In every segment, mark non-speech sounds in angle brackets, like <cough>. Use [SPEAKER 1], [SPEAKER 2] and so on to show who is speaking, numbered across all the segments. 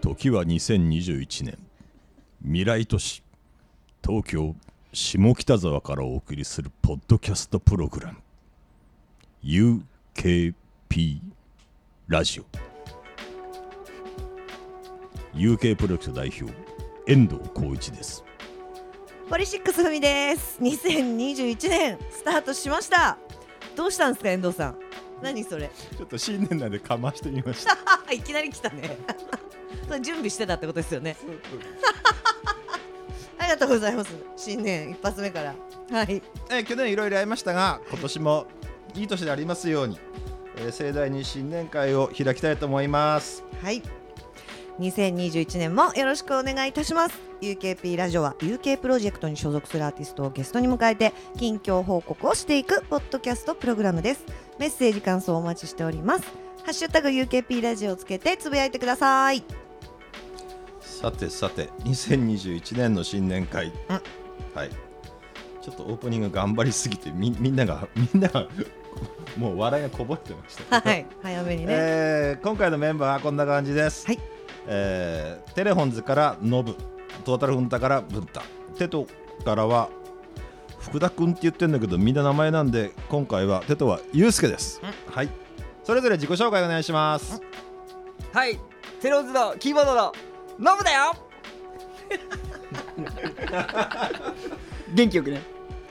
[SPEAKER 1] 時は2021年未来都市東京下北沢からお送りするポッドキャストプログラム UKP ラジオ UK プロジェクト代表遠藤浩一です
[SPEAKER 2] ポリシックスふみです。2021年スタートしました。どうしたんですか遠藤さん。何それ。
[SPEAKER 1] ちょっと新年なんでかましてみました
[SPEAKER 2] あいきなり来たね。 <laughs> それ準備してたってことですよね。 <laughs> ありがとうございます。新年一発目から。はい。
[SPEAKER 3] <laughs> えー去年いろいろ会いましたが今年もいい年でありますように、えー盛大に新年会を開きたいと思います
[SPEAKER 2] はい。2021年もよろしくお願いいたします。UKP ラジオは UK プロジェクトに所属するアーティストをゲストに迎えて近況報告をしていくポッドキャストプログラムです。メッセージ感想をお待ちしております。ハッシュタグ UKP ラジオをつけてつぶやいてください。
[SPEAKER 3] さてさて2021年の新年会はいちょっとオープニング頑張りすぎてみみんながみんながもう笑いがこぼれてました
[SPEAKER 2] はい、 <laughs> 早めにね。
[SPEAKER 3] えー今回のメンバーはこんな感じです、
[SPEAKER 2] はい
[SPEAKER 3] えーテレホンズからノブトータルフンタからブンタテトからは福田くんって言ってるんだけどみんな名前なんで今回はテトはユうスケですはいそれぞれ自己紹介お願いします
[SPEAKER 4] はい、テローズのキーボードのノブだよ。 <laughs> 元気よくね。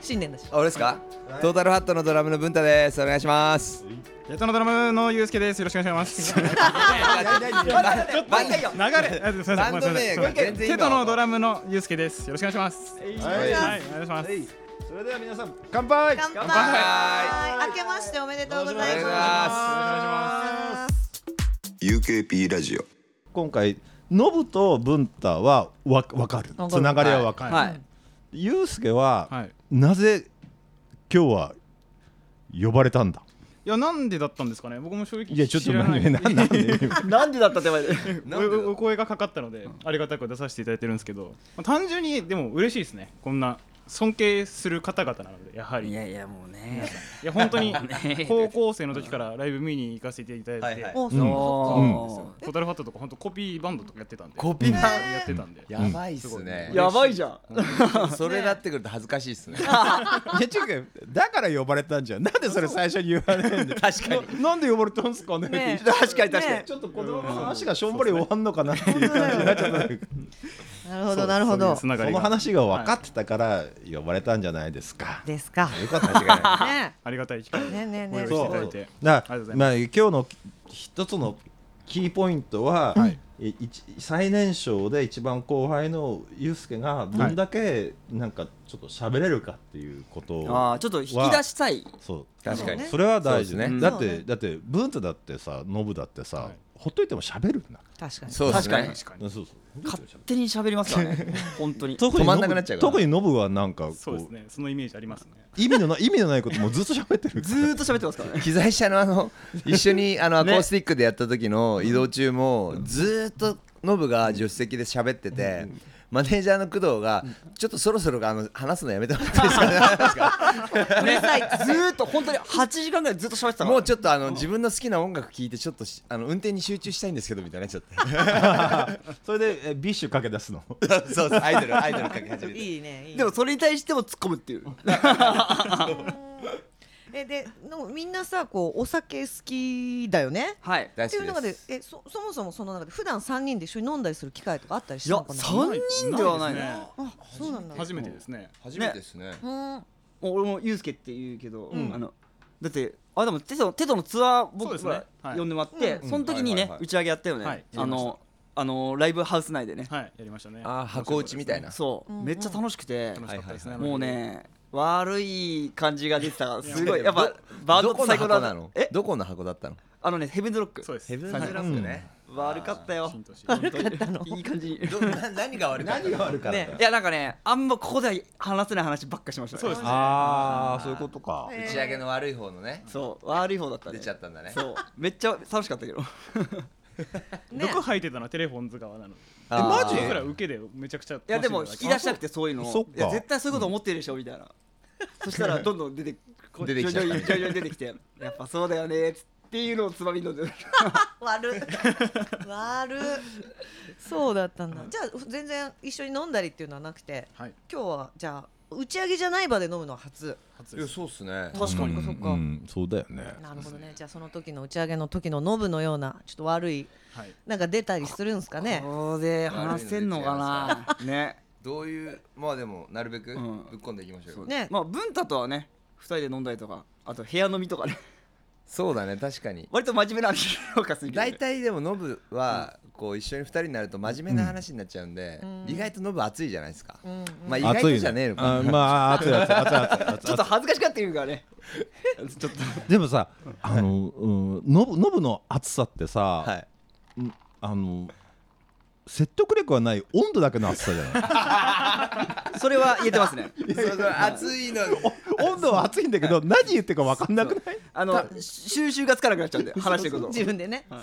[SPEAKER 2] 新年だし。
[SPEAKER 4] あ、俺ですか、トータルハットのドラムの文太です。お願いします。
[SPEAKER 5] ゲットのドラムのゆうすけです。よろしくお願いします。
[SPEAKER 4] バンドよ。
[SPEAKER 5] 流れ、あすみません、
[SPEAKER 4] バン
[SPEAKER 5] ご
[SPEAKER 4] ド名
[SPEAKER 5] めんなさい
[SPEAKER 4] が全然今
[SPEAKER 5] テトのドラムのゆうすけです。よろしくお願いします。
[SPEAKER 3] はい
[SPEAKER 5] はい、お願いします。
[SPEAKER 3] それでは皆さん乾杯
[SPEAKER 2] 乾杯。明けましておめでとうござい
[SPEAKER 4] お願いし
[SPEAKER 2] ま。
[SPEAKER 4] ます
[SPEAKER 6] UKP ラジオ
[SPEAKER 3] 今回ノブと文太はわ分かる
[SPEAKER 2] かる
[SPEAKER 3] つながりは分かる、
[SPEAKER 4] はい。
[SPEAKER 3] ユうスケは、
[SPEAKER 5] はい。
[SPEAKER 3] なぜ今日は呼ばれたんだ
[SPEAKER 5] いや、なんでだったんですかね。僕も正直
[SPEAKER 3] いやちょっと
[SPEAKER 5] 知らな
[SPEAKER 3] 何
[SPEAKER 5] い。
[SPEAKER 3] 何
[SPEAKER 5] <laughs>
[SPEAKER 3] 何
[SPEAKER 4] なんでだったって前で。
[SPEAKER 5] おおお声がかかったので、ありがたく出させていただいてるんですけど、まあ単純にでも嬉しいですね。こんな尊敬する方々なので、やはり。
[SPEAKER 4] い
[SPEAKER 5] い
[SPEAKER 4] やいやもうね。
[SPEAKER 5] や、本当に高校生の時からライブ見に行かせていただいて、
[SPEAKER 2] お、
[SPEAKER 3] う
[SPEAKER 4] お
[SPEAKER 5] トータルファットとか本当コピーバンドとかやってたんで、
[SPEAKER 7] コピー
[SPEAKER 5] バンドやってたんで。
[SPEAKER 7] やばいっすね
[SPEAKER 4] ー。やばいじゃん。
[SPEAKER 7] それなってくると恥ずかしいっすね。
[SPEAKER 3] いやちゅうけだから呼ばれたんじゃんなんでそれ最初に言われるん <laughs> だ
[SPEAKER 7] 確かに。
[SPEAKER 3] なんで呼ばれたんすかね
[SPEAKER 2] ね
[SPEAKER 3] <laughs> って
[SPEAKER 4] 確かに確か
[SPEAKER 2] ね
[SPEAKER 4] に。
[SPEAKER 3] ちょっと子供の話がしょんぼり終わんのかなっていう感じになっちゃったんだけど
[SPEAKER 2] なるほど、なるほど。
[SPEAKER 5] つなが
[SPEAKER 3] そ
[SPEAKER 5] り
[SPEAKER 3] の
[SPEAKER 5] が
[SPEAKER 3] 話が分かってたから呼ばれたんじゃないですか
[SPEAKER 2] ですか。
[SPEAKER 3] よかった違いない
[SPEAKER 2] ね。
[SPEAKER 5] ありがたい機会で
[SPEAKER 2] ねねね
[SPEAKER 5] お呼びしていただ
[SPEAKER 3] そ
[SPEAKER 5] いうて。
[SPEAKER 3] だ
[SPEAKER 5] ありがとうございます
[SPEAKER 3] まあ今日の一つのキーポイントは、い一最年少で一番後輩のユうスケがどんだけなんかちょっと喋れるかっていうことを、
[SPEAKER 4] ああ、ちょっと引き出したい。
[SPEAKER 3] そう
[SPEAKER 7] 確か
[SPEAKER 2] ね
[SPEAKER 7] に。
[SPEAKER 3] それは大事
[SPEAKER 7] そう
[SPEAKER 3] ね
[SPEAKER 7] ですね
[SPEAKER 3] だっ
[SPEAKER 2] そう
[SPEAKER 3] て
[SPEAKER 2] ね
[SPEAKER 3] だってブンツだってさノブだってさ、
[SPEAKER 5] はい
[SPEAKER 3] ほっといても喋るんだ
[SPEAKER 2] 確かに。
[SPEAKER 7] そうです
[SPEAKER 4] 確
[SPEAKER 7] ね
[SPEAKER 4] か。
[SPEAKER 5] 確かに。
[SPEAKER 3] そうそう
[SPEAKER 4] 勝手に喋りますから
[SPEAKER 3] <laughs>
[SPEAKER 4] ね。本当に。
[SPEAKER 3] 特
[SPEAKER 7] 止
[SPEAKER 3] に
[SPEAKER 7] まん
[SPEAKER 3] ノ
[SPEAKER 7] なくな
[SPEAKER 3] ブ
[SPEAKER 7] っちゃうから
[SPEAKER 3] 特にノブはなんかこ
[SPEAKER 5] そうですね、そのイメージありますね。
[SPEAKER 3] 意味のない意味のないこともずっと喋って
[SPEAKER 5] <laughs>
[SPEAKER 3] る
[SPEAKER 4] ずーっと喋ってますからね。
[SPEAKER 7] 機材車のあ
[SPEAKER 4] <laughs>
[SPEAKER 7] の一緒にあのアコ
[SPEAKER 4] ね
[SPEAKER 7] ースティックでやった時の移動中もずーっとノブが助手席で喋ってて。マネージャーの工藤がちょっとそろそろあの話すのやめてもらっていいですか
[SPEAKER 4] <laughs>
[SPEAKER 2] うるさい。
[SPEAKER 4] ずーっと本当に8時間ぐらいずっと喋ってたか
[SPEAKER 7] ねも
[SPEAKER 4] ら。
[SPEAKER 7] うちょっとあの自分の好きな音楽聴いてちょっとしあの運転に集中したいんですけどみたいになっちゃっ
[SPEAKER 3] それでえビッシュかけ出すの
[SPEAKER 4] <laughs>
[SPEAKER 7] てそうそうアイドルアイドルかけ始めて
[SPEAKER 2] いいね。いいね
[SPEAKER 4] でもそれに対しても突っ込むっていう。
[SPEAKER 2] <laughs> え、で、の、みんなさ、こう、お酒好きだよね。
[SPEAKER 4] はい。
[SPEAKER 7] 大
[SPEAKER 2] って
[SPEAKER 7] 好
[SPEAKER 2] いう
[SPEAKER 7] き
[SPEAKER 2] 中
[SPEAKER 7] で、
[SPEAKER 2] ですえ、そ、そもそもその中で、普段三人で一緒に飲んだりする機会とかあったりし
[SPEAKER 4] い
[SPEAKER 2] たの
[SPEAKER 4] や、
[SPEAKER 2] かな。
[SPEAKER 4] 三人ではない
[SPEAKER 5] ないです
[SPEAKER 4] な
[SPEAKER 5] ね。
[SPEAKER 2] あ、そうなんだ。
[SPEAKER 5] 初めてですね。
[SPEAKER 7] 初
[SPEAKER 4] めて
[SPEAKER 7] ですね
[SPEAKER 2] うん。
[SPEAKER 4] もう俺もユうスケって言うけど、あのだってあでもテトのテトのツアー
[SPEAKER 5] そうで
[SPEAKER 4] 僕
[SPEAKER 5] すね
[SPEAKER 4] が
[SPEAKER 5] はい
[SPEAKER 4] 呼んでもらって、
[SPEAKER 2] うん
[SPEAKER 4] その時に
[SPEAKER 7] はい
[SPEAKER 4] ね、
[SPEAKER 7] はいはい
[SPEAKER 4] 打ち上げやったよね、
[SPEAKER 5] はい
[SPEAKER 4] あ
[SPEAKER 5] やりまし
[SPEAKER 4] のあのライブハウス内でね、
[SPEAKER 5] はい、やりましたね。
[SPEAKER 7] あー箱打ちみたいな
[SPEAKER 4] そう、
[SPEAKER 2] うんうん
[SPEAKER 4] めっちゃ楽しくて、
[SPEAKER 5] 楽しかったですね。
[SPEAKER 4] もうね悪い感じが出てたからすごい
[SPEAKER 7] いや
[SPEAKER 4] やっぱバン
[SPEAKER 7] ど
[SPEAKER 4] ドって
[SPEAKER 7] この
[SPEAKER 4] 最高
[SPEAKER 7] 箱
[SPEAKER 4] だ
[SPEAKER 7] なの
[SPEAKER 4] え
[SPEAKER 7] どこの箱だったの
[SPEAKER 4] あのねヘブンズロック
[SPEAKER 5] そうです。
[SPEAKER 7] ヘブンズ
[SPEAKER 5] はい
[SPEAKER 7] ラブね
[SPEAKER 4] 悪かった <laughs> よ
[SPEAKER 5] 浸透し
[SPEAKER 4] 悪かったのいい感じに
[SPEAKER 7] どな何が悪かった何が悪か
[SPEAKER 2] ね。
[SPEAKER 4] いやなんかねあんまここでは話せない話ばっかしましたね
[SPEAKER 5] そうですね。
[SPEAKER 3] ああそういうことか
[SPEAKER 2] えー
[SPEAKER 7] 打ち上げの悪い方のね
[SPEAKER 4] そう悪い方だったね
[SPEAKER 7] 出ちゃったんだね
[SPEAKER 4] そうめっちゃ楽しかったけど
[SPEAKER 2] ね
[SPEAKER 5] 毒吐いてたのはテレフォンズ側なので。
[SPEAKER 7] えマジ
[SPEAKER 5] 僕ら受けでめちゃくちゃ。
[SPEAKER 4] いやでも引き出したくてそういうの
[SPEAKER 3] そっ
[SPEAKER 4] を
[SPEAKER 3] か
[SPEAKER 4] いや絶対そういうこと思ってるでしょみたいなそしたらどんどん出てこう
[SPEAKER 7] 出てきちゃった
[SPEAKER 4] 徐々に徐々に出てきてやっぱそうだよねっつっっていうのをつまみ飲んでる
[SPEAKER 2] 悪い悪いそうだったんだじゃあ全然一緒に飲んだりっていうのはなくて
[SPEAKER 5] はい
[SPEAKER 2] 今日はじゃあ打ち上げじゃない場で飲むのは初
[SPEAKER 5] 初
[SPEAKER 7] い
[SPEAKER 5] で
[SPEAKER 7] や
[SPEAKER 5] す
[SPEAKER 7] そうっすね
[SPEAKER 2] 確かにそっか、
[SPEAKER 3] うん、そうだよね
[SPEAKER 2] なるほどねじゃあその時の打ち上げの時のノブのようなちょっと悪い
[SPEAKER 5] はい
[SPEAKER 2] なんか出たりするんですかね
[SPEAKER 4] こうで話せんのかなね
[SPEAKER 7] どういうまあでもなるべくぶっ
[SPEAKER 4] ん
[SPEAKER 7] 込んでいきましょうよ、
[SPEAKER 2] ね
[SPEAKER 4] まあ文太とはね二人で飲んだりとかあと部屋飲みとかね
[SPEAKER 7] そうだね確かに
[SPEAKER 4] 割と真面目な話をかするけどね
[SPEAKER 7] 大体でもノブはこう一緒に二人になると真面目な話になっちゃうんで、意外とノブ熱いじゃないですか、まあ意外とじゃねえのか
[SPEAKER 3] あまあ熱い <laughs> 熱い熱い熱い熱い
[SPEAKER 4] <laughs> ちょっと恥ずかしかったいうからね
[SPEAKER 3] でもさ、あの、うん、ノブノブの暑さってさ、
[SPEAKER 7] はい
[SPEAKER 3] うんあの説得力はない温度だけの暑さじゃない
[SPEAKER 4] それは言えてますね
[SPEAKER 7] そうそう熱いの
[SPEAKER 3] <laughs> 温度は暑いんだけど何言ってるか分かんなくない
[SPEAKER 4] あの収集がつかなくなっちゃうんで話してること
[SPEAKER 2] 自分でね、
[SPEAKER 7] こ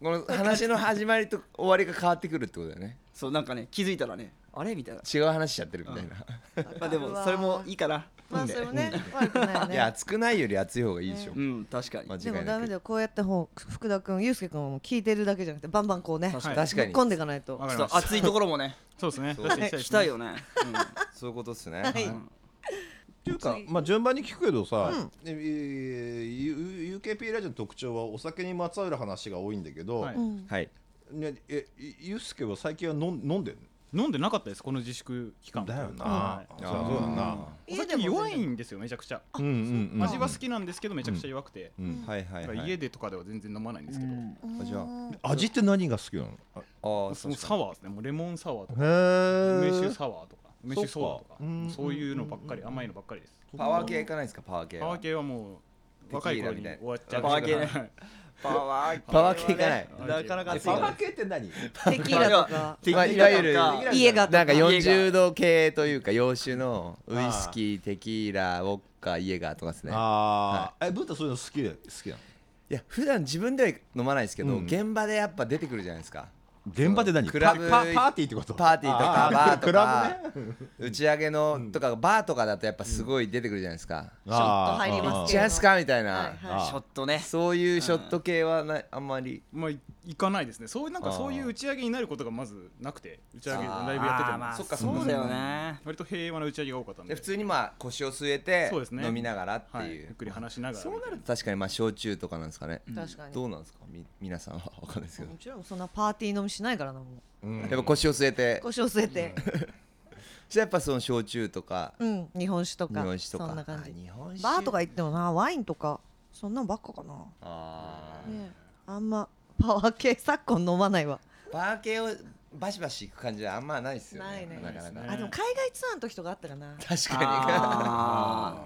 [SPEAKER 7] の話の始まりと終わりが変わってくるってことだよね
[SPEAKER 4] そうなんかね気づいたらねあれみたいな
[SPEAKER 7] 違う話しちゃってるみたいな、
[SPEAKER 4] まあでもそれもいいかな
[SPEAKER 2] ま
[SPEAKER 4] いい
[SPEAKER 2] あ
[SPEAKER 4] ん
[SPEAKER 2] そ
[SPEAKER 4] で
[SPEAKER 2] れもね悪くないよ
[SPEAKER 7] いや
[SPEAKER 2] ね
[SPEAKER 7] 熱くないより熱い方がいいでしょ、
[SPEAKER 4] うん確かに
[SPEAKER 7] 間違い
[SPEAKER 2] で
[SPEAKER 7] な
[SPEAKER 2] も
[SPEAKER 7] く
[SPEAKER 2] ダメだよこうやってほう福田君ゆうすけ君はもう聞いてるだけじゃなくてバンバンこうね
[SPEAKER 7] 確
[SPEAKER 5] はい
[SPEAKER 7] かに
[SPEAKER 2] ぶっ込んでいかないと
[SPEAKER 5] わか
[SPEAKER 4] ち
[SPEAKER 5] りま
[SPEAKER 4] ょっ
[SPEAKER 5] し
[SPEAKER 4] と
[SPEAKER 5] た
[SPEAKER 4] 熱いところもね
[SPEAKER 5] そうですね出していきたいですね
[SPEAKER 4] したいよね
[SPEAKER 7] そういうことっすね、
[SPEAKER 2] はい
[SPEAKER 3] っていうか、まあ、順番に聞くけどさ、えーゆ UKP ラジオの特徴はお酒にまつわる話が多いんだけど、
[SPEAKER 5] はい
[SPEAKER 7] はい
[SPEAKER 3] ね、えゆうすけは最近は飲ん飲んでん
[SPEAKER 5] 飲んでなかったですこの自粛期間
[SPEAKER 3] だよな、
[SPEAKER 5] は
[SPEAKER 3] そうそうだな、
[SPEAKER 5] いお酒弱いんですよめちゃくちゃ
[SPEAKER 3] うんうんうん
[SPEAKER 5] 味は好きなんですけどめちゃくちゃ弱くて
[SPEAKER 3] うん
[SPEAKER 7] はいはいは
[SPEAKER 5] だか
[SPEAKER 7] い
[SPEAKER 5] ら家でとかでは全然飲まないんですけども
[SPEAKER 7] あじゃあ
[SPEAKER 3] 味って何が好きなのあ
[SPEAKER 7] あ
[SPEAKER 5] う
[SPEAKER 7] あ
[SPEAKER 5] サ
[SPEAKER 7] そう
[SPEAKER 5] ワーですねもうレモンサワーとか
[SPEAKER 3] へ
[SPEAKER 5] 梅
[SPEAKER 3] え
[SPEAKER 5] 酒サワーとか梅酒ソーダとか
[SPEAKER 3] うん
[SPEAKER 5] そういうのばっかり甘いのばっかりです
[SPEAKER 7] パワー系いかないですかパワー系
[SPEAKER 5] パワー系はもう若い頃
[SPEAKER 7] テ
[SPEAKER 5] に
[SPEAKER 7] キーラみたいな
[SPEAKER 5] 終わっちゃう
[SPEAKER 4] パワー系ね
[SPEAKER 5] はい
[SPEAKER 4] パワー
[SPEAKER 7] パワー系いかない
[SPEAKER 4] なかなか熱い
[SPEAKER 3] パ
[SPEAKER 4] よ
[SPEAKER 3] ワ
[SPEAKER 4] ね
[SPEAKER 3] ー系って何
[SPEAKER 2] テキーラとか
[SPEAKER 4] テキー
[SPEAKER 7] まあ
[SPEAKER 4] ラ
[SPEAKER 7] い
[SPEAKER 4] と
[SPEAKER 7] わゆる
[SPEAKER 4] か
[SPEAKER 2] 家がと
[SPEAKER 7] な
[SPEAKER 2] か
[SPEAKER 7] んか40度系というか洋酒のウイスキーテキーラウォッカイエガーとかですね
[SPEAKER 3] ああ、え、ブータそういうの好きで、好きなの。
[SPEAKER 7] いや普段自分では飲まないですけど、
[SPEAKER 3] うん
[SPEAKER 7] 現場でやっぱ出てくるじゃないですか
[SPEAKER 3] 現場で何
[SPEAKER 7] クラブ
[SPEAKER 3] パパパーティーってこと
[SPEAKER 7] パーティーと
[SPEAKER 3] あ
[SPEAKER 7] かバー
[SPEAKER 3] <laughs>
[SPEAKER 7] と
[SPEAKER 3] クラ
[SPEAKER 7] か、 <laughs> 打ち上げのとかバーとかだとやっぱすごい出てくるじゃないですか、
[SPEAKER 3] ブねあー
[SPEAKER 2] ちょっと入ります
[SPEAKER 7] いっ
[SPEAKER 2] け
[SPEAKER 7] ち
[SPEAKER 2] ど
[SPEAKER 7] ゃいますかみたいな、
[SPEAKER 2] はいはい
[SPEAKER 3] あ
[SPEAKER 4] ショットね
[SPEAKER 7] そういうショット系はなあんまり
[SPEAKER 5] まあい行かないですねそういうなんか
[SPEAKER 7] あー
[SPEAKER 5] そういう打ち上げになることがまずなくて打ち上げ
[SPEAKER 7] あー
[SPEAKER 5] ライブやってて
[SPEAKER 4] あーま
[SPEAKER 5] も
[SPEAKER 4] あ
[SPEAKER 5] そ
[SPEAKER 4] そ
[SPEAKER 5] っか
[SPEAKER 4] うだよね
[SPEAKER 5] 割と平和な打ち上げが多かったん
[SPEAKER 7] で
[SPEAKER 5] で
[SPEAKER 7] 普通にまあ腰を据えて
[SPEAKER 5] そうですね
[SPEAKER 7] 飲みながらって
[SPEAKER 5] はい
[SPEAKER 7] い
[SPEAKER 5] ゆ
[SPEAKER 7] う、
[SPEAKER 5] っくり話しながら
[SPEAKER 7] そうなると確かにまあ焼酎とかなんですかね、
[SPEAKER 2] 確かに
[SPEAKER 7] どうなんですかみ皆さんはわかんないですけど
[SPEAKER 2] も、ちろんそんなパーティー飲みしないからなもう
[SPEAKER 7] やっぱ腰を据えて
[SPEAKER 2] 腰を据えて
[SPEAKER 7] じゃあやっぱその焼酎とか
[SPEAKER 2] うん日本酒と
[SPEAKER 7] 日
[SPEAKER 2] か
[SPEAKER 7] 本酒とか
[SPEAKER 2] そんな感じ
[SPEAKER 7] あ日本酒
[SPEAKER 2] バーとか行ってもなワインとかそんなんばっかかな
[SPEAKER 7] あー
[SPEAKER 2] ねあんまパワー系昨今飲まないわ
[SPEAKER 7] バー系をバシバシ行く感じはあんまないですよね
[SPEAKER 2] ないね
[SPEAKER 7] なかなか
[SPEAKER 2] あでも海外ツアーの時とかあったかな
[SPEAKER 7] 確か
[SPEAKER 4] あ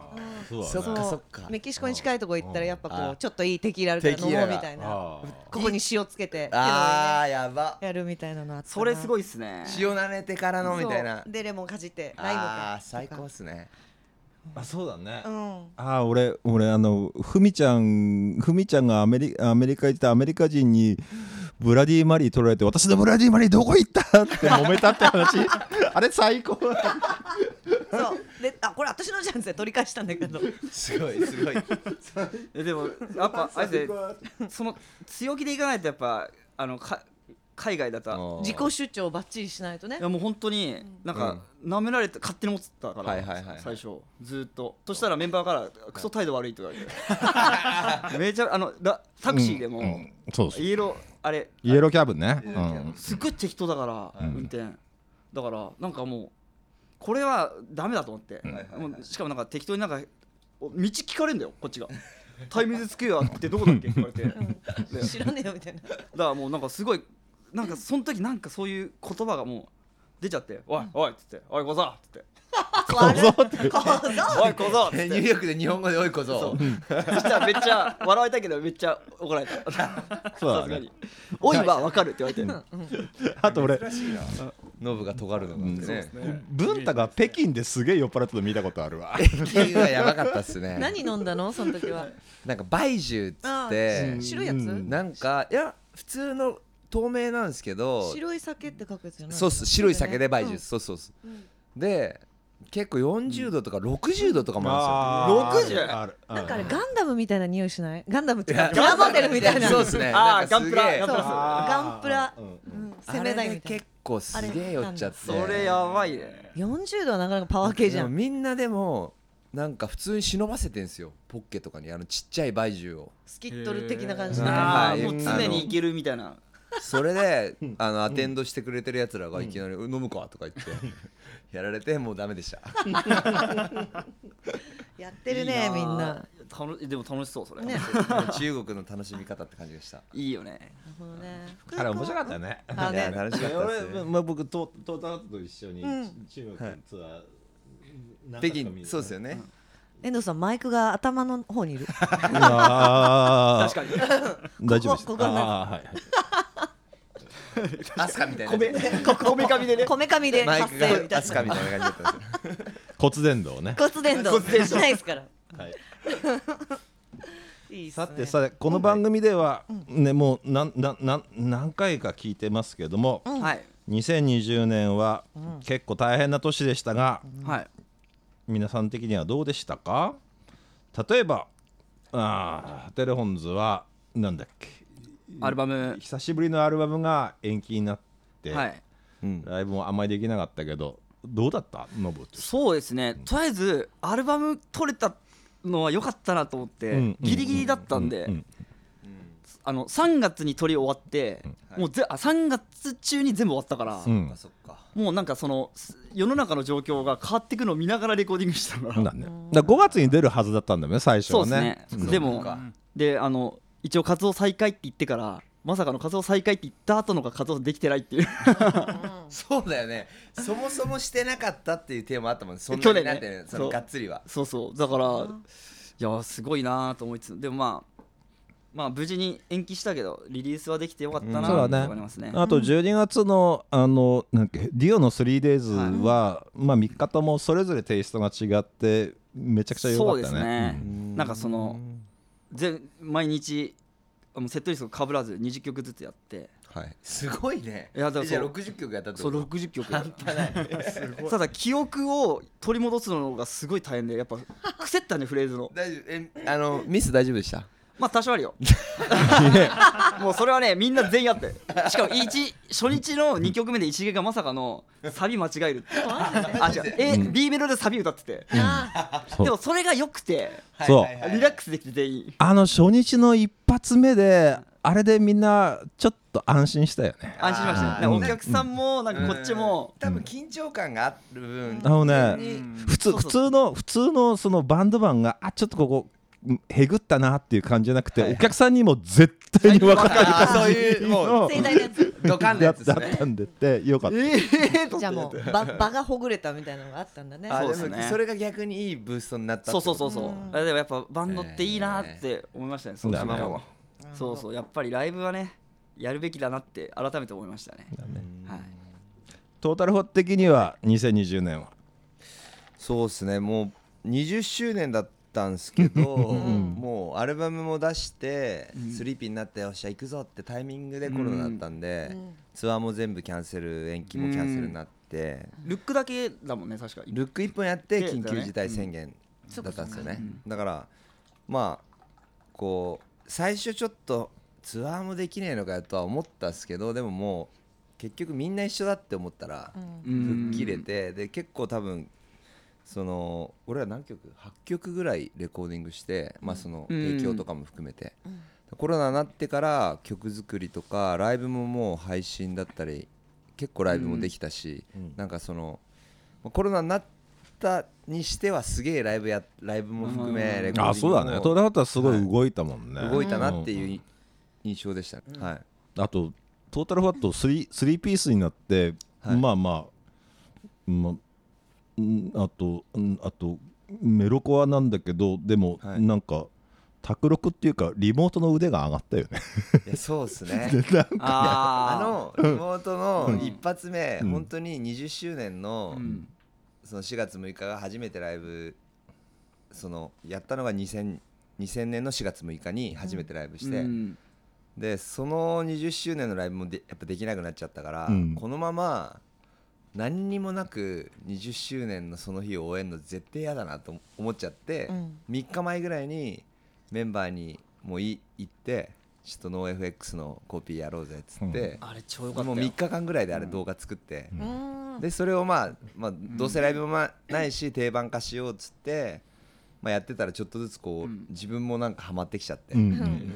[SPEAKER 3] そう
[SPEAKER 7] <laughs> そっかそっか
[SPEAKER 2] メキシコに近いとこ行ったらやっぱこ
[SPEAKER 7] あ
[SPEAKER 2] うちょっといいテキーラあるから
[SPEAKER 7] テ
[SPEAKER 2] 飲
[SPEAKER 7] キーラ
[SPEAKER 2] も
[SPEAKER 7] が
[SPEAKER 2] うみたいな
[SPEAKER 3] あー
[SPEAKER 2] ここに塩つけて
[SPEAKER 7] に <laughs> ああやば
[SPEAKER 2] 手の上にねやるみたいなのあったな
[SPEAKER 4] それすご
[SPEAKER 2] い
[SPEAKER 4] いっすね
[SPEAKER 7] 塩なめてからのみたいな
[SPEAKER 2] でレモンかじってライムか
[SPEAKER 7] あー最高っすね
[SPEAKER 3] あ、そうだね
[SPEAKER 2] う。ん
[SPEAKER 3] あー俺俺あのふみちゃんふみちゃんがアメリアメリカ行ってアメリカ人にブラディ・マリー取られて私のブラディ・マリーどこ行ったって揉めたって
[SPEAKER 7] <laughs>
[SPEAKER 3] 話あれ最高
[SPEAKER 2] そうであこれ私のじゃんって取り返したんだけど
[SPEAKER 7] すごい
[SPEAKER 3] <laughs>
[SPEAKER 7] すごい
[SPEAKER 4] えでもやっぱあれでその強気でいかないとやっぱあのか海外だと
[SPEAKER 2] 自己主張ばっちりしないとね
[SPEAKER 4] いやもう本当になんか舐められて勝手に持ってたか
[SPEAKER 7] はいはいはいは
[SPEAKER 4] ら
[SPEAKER 7] い
[SPEAKER 4] 最初ずーっとそしたらメンバーからクソ態度悪いとか言われてめちゃあのラタクシーでも
[SPEAKER 3] そうそう
[SPEAKER 4] イエローあれ
[SPEAKER 3] イエローキャブね、うん、
[SPEAKER 4] すっごい適当だから運転だからなんかもうこれはダメだと思ってもうしかもなんか適当になんかお道聞かれんだよこっちが「タイミングつけよ」ってどこだっけって言われて
[SPEAKER 2] うん知らねえよみたいな
[SPEAKER 4] だからもうなんかすごいなんかその時なんかそういう言葉がもう出ちゃって「おいおい」っつって「おい小僧」っつって「おい小僧」っつ
[SPEAKER 7] え
[SPEAKER 4] っ
[SPEAKER 7] ニュー
[SPEAKER 4] て
[SPEAKER 7] ヨークで日本語でおいこそ
[SPEAKER 4] そしたらめっちゃ笑いたいけどめっちゃ <laughs> 怒られたさす
[SPEAKER 3] そうだ
[SPEAKER 4] が
[SPEAKER 3] ね
[SPEAKER 4] に「おい」はわかるって言われて
[SPEAKER 3] あと俺
[SPEAKER 7] ノブが尖るのがあってね
[SPEAKER 3] 文太が北京ですげえ酔っ払ってるの見たことあるわ
[SPEAKER 7] 金はやばかったっすね
[SPEAKER 2] 何飲んだのその時
[SPEAKER 7] <laughs>
[SPEAKER 2] は
[SPEAKER 7] なんか梅酒っつ
[SPEAKER 2] あ
[SPEAKER 7] っ
[SPEAKER 2] ー
[SPEAKER 7] て
[SPEAKER 2] 白いやつ
[SPEAKER 7] なんかいや普通の透明なんですけど
[SPEAKER 2] 白い酒って書くやつじゃない
[SPEAKER 7] そうっす白い酒で梅酒
[SPEAKER 2] う
[SPEAKER 7] で
[SPEAKER 2] ん
[SPEAKER 7] すそうそうそうで結構40度とか60度とかもあ
[SPEAKER 4] あー60
[SPEAKER 3] ある
[SPEAKER 2] なんかあれ
[SPEAKER 3] う
[SPEAKER 2] ガンダムみたいな匂いしないガンダムって
[SPEAKER 7] るん
[SPEAKER 2] いうか
[SPEAKER 7] です
[SPEAKER 2] プ
[SPEAKER 7] よいや
[SPEAKER 2] ラモデルみたいな
[SPEAKER 7] そうですねなん
[SPEAKER 4] あーガ
[SPEAKER 7] か
[SPEAKER 4] ン
[SPEAKER 7] す
[SPEAKER 4] プ
[SPEAKER 7] げえ
[SPEAKER 4] ラガン
[SPEAKER 2] そ
[SPEAKER 4] プ
[SPEAKER 2] う
[SPEAKER 4] ラ
[SPEAKER 2] ガンプラ、
[SPEAKER 3] うん
[SPEAKER 2] うん、攻
[SPEAKER 7] あ
[SPEAKER 2] め
[SPEAKER 7] れ
[SPEAKER 2] 台み
[SPEAKER 7] ね
[SPEAKER 2] たいな
[SPEAKER 7] 結構すげえ酔っちゃって
[SPEAKER 2] あ
[SPEAKER 4] それやばいね
[SPEAKER 2] 40度はなかなかパワー系じゃ
[SPEAKER 7] でも
[SPEAKER 2] ん
[SPEAKER 7] みんなでもなんか普通に忍ばせてんすよポッケとかにあのちっちゃいバイジュを
[SPEAKER 2] スキットル的な感じ
[SPEAKER 7] うん
[SPEAKER 2] の
[SPEAKER 4] あ
[SPEAKER 7] はい
[SPEAKER 4] ーもう常にいけるみたいな
[SPEAKER 7] それであのアテンドしてくれてるやつらがいきなり「飲むか?」とか言って <laughs> やられてもうダメで <laughs> した
[SPEAKER 2] やってるね
[SPEAKER 4] いい
[SPEAKER 2] みんな
[SPEAKER 4] たのでも楽しそうそれ
[SPEAKER 2] ね
[SPEAKER 7] 中国の楽しみ方って感じがした
[SPEAKER 4] いいよ
[SPEAKER 2] な
[SPEAKER 4] ね
[SPEAKER 2] るほどね
[SPEAKER 3] あれ面白かったね
[SPEAKER 2] あ
[SPEAKER 7] い
[SPEAKER 2] ね
[SPEAKER 7] や楽しかったです
[SPEAKER 3] 俺、
[SPEAKER 7] ね
[SPEAKER 3] まあ、僕トトータルと一緒に
[SPEAKER 2] うん
[SPEAKER 3] 中国ツアー何
[SPEAKER 7] 北
[SPEAKER 3] 回か見
[SPEAKER 7] 京
[SPEAKER 3] る
[SPEAKER 7] そうですよね
[SPEAKER 2] 遠藤さんマイクが頭の方にいる
[SPEAKER 3] あ
[SPEAKER 4] 確かに
[SPEAKER 3] ー大丈夫で
[SPEAKER 2] <laughs>
[SPEAKER 3] す
[SPEAKER 2] ここここなん
[SPEAKER 3] あーはいはい
[SPEAKER 7] アスカみたいな
[SPEAKER 4] 米米紙でね
[SPEAKER 2] こめかみで
[SPEAKER 7] マイ
[SPEAKER 2] 発
[SPEAKER 7] ク
[SPEAKER 2] 生み
[SPEAKER 7] が
[SPEAKER 2] た
[SPEAKER 7] ア
[SPEAKER 2] い
[SPEAKER 7] ス
[SPEAKER 2] な
[SPEAKER 7] カみたいな感じだったんですよ
[SPEAKER 3] 骨伝導ね
[SPEAKER 2] 骨伝導
[SPEAKER 4] 骨伝導
[SPEAKER 2] ないですから
[SPEAKER 3] はい
[SPEAKER 2] いいっすね
[SPEAKER 3] さてさてこの番組ではねもうなんなんなん何回か聞いてますけども
[SPEAKER 4] はい
[SPEAKER 3] 2020年は結構大変な年でしたが
[SPEAKER 4] はい
[SPEAKER 3] 皆さん的にはどうでしたか <laughs> 例えばあーテレホンズはなんだっけ
[SPEAKER 4] アルバム
[SPEAKER 3] 久しぶりのアルバムが延期になって、
[SPEAKER 4] はい
[SPEAKER 3] ライブもあんまりできなかったけどどうだったノブ
[SPEAKER 4] そうですねとりあえずアルバム取れたのは良かったなと思って、
[SPEAKER 3] うん
[SPEAKER 4] ギリギリだったんで、
[SPEAKER 3] うん
[SPEAKER 4] あの3月に取り終わって、もうぜあ3月中に全部終わったから、
[SPEAKER 3] うん
[SPEAKER 7] <laughs> あそっか
[SPEAKER 4] もうなんかそのす世の中の状況が変わっていくのを見ながらレコーディングしてたから、
[SPEAKER 3] だねだ5月に出るはずだったんだよね最初
[SPEAKER 4] そう
[SPEAKER 3] は
[SPEAKER 4] で
[SPEAKER 3] ね
[SPEAKER 4] すね、
[SPEAKER 7] そ
[SPEAKER 4] で
[SPEAKER 7] っ
[SPEAKER 4] も
[SPEAKER 7] か
[SPEAKER 4] であの一応活動再開って言ってからまさかの活動再開って言った後のが活動できてないっていう <laughs>
[SPEAKER 7] そうだよねそもそもしてなかったっていうテーマあったもんねそんな
[SPEAKER 4] 去
[SPEAKER 7] に
[SPEAKER 4] 年ね
[SPEAKER 7] なってねそ
[SPEAKER 4] そ
[SPEAKER 7] の
[SPEAKER 4] う
[SPEAKER 7] がっつりは
[SPEAKER 4] そうそうだからいやすごいなと思いつつでもまあまあ無事に延期したけどリリースはできてよかったなと
[SPEAKER 3] そうだね
[SPEAKER 4] 思いますね、
[SPEAKER 3] あと12月のあのなんかディオの 3days は、まあ3日ともそれぞれテイストが違ってめちゃくちゃ良か
[SPEAKER 4] そ
[SPEAKER 3] っ
[SPEAKER 4] うで
[SPEAKER 3] た
[SPEAKER 4] す
[SPEAKER 3] ね
[SPEAKER 4] ね、なんかその全毎日あのセットリスト被らず20曲ずつやって
[SPEAKER 7] はいすごいね
[SPEAKER 4] いやだから
[SPEAKER 7] えじゃあ
[SPEAKER 4] そう
[SPEAKER 7] 60曲やったって
[SPEAKER 4] そ
[SPEAKER 7] こ
[SPEAKER 4] う
[SPEAKER 7] と
[SPEAKER 4] 60曲 <laughs> ただ記憶を取り戻すのがすごい大変でやっぱ癖ったねフレーズの
[SPEAKER 7] 大丈夫えあのミス大丈夫でした
[SPEAKER 4] まあ多少あるよ
[SPEAKER 3] <laughs>
[SPEAKER 4] もうそれはねみんな全員あってしかも一初日の2曲目で一芸がまさかのサビ間違えるってあ違う A B メロでサビ歌ってて
[SPEAKER 3] う
[SPEAKER 4] でもそれが良くて
[SPEAKER 3] そう、
[SPEAKER 4] リラックスできて全員
[SPEAKER 3] あの初日の一発目であれでみんなちょっと安心したよね
[SPEAKER 4] 安心しましたねでお客さんもなんかこっちも
[SPEAKER 7] 多分緊張感がある分
[SPEAKER 3] あのね、普通
[SPEAKER 4] そう
[SPEAKER 3] 普
[SPEAKER 4] そう
[SPEAKER 3] 通の普通のそのバンドマンがあちょっとここうんへぐったなっていう感じじゃなくて、お客さんにも絶対に分かる
[SPEAKER 7] あー
[SPEAKER 3] 感
[SPEAKER 7] そう
[SPEAKER 3] じ
[SPEAKER 7] いうもう
[SPEAKER 2] 盛大なやつ
[SPEAKER 7] ドカンの
[SPEAKER 3] だ
[SPEAKER 7] や
[SPEAKER 3] っ
[SPEAKER 7] つで
[SPEAKER 3] だ
[SPEAKER 7] す
[SPEAKER 3] っ
[SPEAKER 7] ね
[SPEAKER 3] たんでってよかった、
[SPEAKER 2] じゃあもう場場がほぐれたみたいなのがあったんだね
[SPEAKER 7] あ
[SPEAKER 4] そうです
[SPEAKER 7] で
[SPEAKER 4] ね
[SPEAKER 7] もそれが逆にいいブーストになったってこ
[SPEAKER 4] そう
[SPEAKER 7] と
[SPEAKER 4] そうそうそうあでもやっぱバンドっていいなって思いましたねそう
[SPEAKER 3] だ
[SPEAKER 4] そう
[SPEAKER 3] ね
[SPEAKER 7] 卵
[SPEAKER 4] そうそうやっぱりライブはねやるべきだなって改めて思いましたねはい
[SPEAKER 3] トータルホット的には2020年は
[SPEAKER 7] そうですねもう20周年だったんですけど、もうアルバムも出して、スリーピーになってよっしゃ行くぞってタイミングでコロナだったんで、ツアーも全部キャンセル延期もキャンセルになって、
[SPEAKER 4] ルックだけだもんね確か
[SPEAKER 7] ルック1本やって
[SPEAKER 4] で
[SPEAKER 7] 緊急事態宣言だったんですよね、だからまあこう最初ちょっとツアーもできねえのかよとは思ったんですけどでももう結局みんな一緒だって思ったら、
[SPEAKER 4] うん
[SPEAKER 7] 吹っ切れてで結構多分その俺ら何曲 ?8 曲ぐらいレコーディングして、まあその
[SPEAKER 4] うん
[SPEAKER 7] 提供とかも含めて、コロナになってから曲作りとかライブももう配信だったり結構ライブもできたし、なんかそのまあコロナになったにしてはすげえライブやライブも含めレコーディングも
[SPEAKER 3] あそうだねトータルホットはすごい動いたもんね、
[SPEAKER 7] 動いたなっていう印象でしたね、はい
[SPEAKER 3] あとトータルファット 3, 3ピースになって、
[SPEAKER 7] はい
[SPEAKER 3] まあまあ、まうんあとうんあとメロコアなんだけどでも、
[SPEAKER 7] はい
[SPEAKER 3] なんか卓録っていうかリモートの腕が上がったよね
[SPEAKER 7] いやそうで
[SPEAKER 3] <laughs>
[SPEAKER 7] すねあ
[SPEAKER 4] あ
[SPEAKER 7] の妹の一発目、本当に20周年の,、
[SPEAKER 4] あうん
[SPEAKER 7] その4月6日が初めてライブそのやったのが2000 2000年の4月6日に初めてライブして、
[SPEAKER 4] うん
[SPEAKER 7] でその20周年のライブもでやっぱできなくなっちゃったから、
[SPEAKER 3] うん
[SPEAKER 7] このまま何にもなく20周年のその日を終えるの絶対嫌だなと思っちゃって、
[SPEAKER 2] うん
[SPEAKER 7] 3日前ぐらいにメンバーにもうい行ってちょっと NoFX のコピーやろうぜっつって、
[SPEAKER 4] あれ超良かった
[SPEAKER 7] も
[SPEAKER 4] よ
[SPEAKER 7] う3日間ぐらいであれ動画作って、
[SPEAKER 2] うーん
[SPEAKER 7] でそれをまあ、まあ、どうせライブもまないし定番化しようっつって、まあ、やってたらちょっとずつこう、
[SPEAKER 4] うん
[SPEAKER 7] 自分もなんかハマってきちゃって、
[SPEAKER 8] うん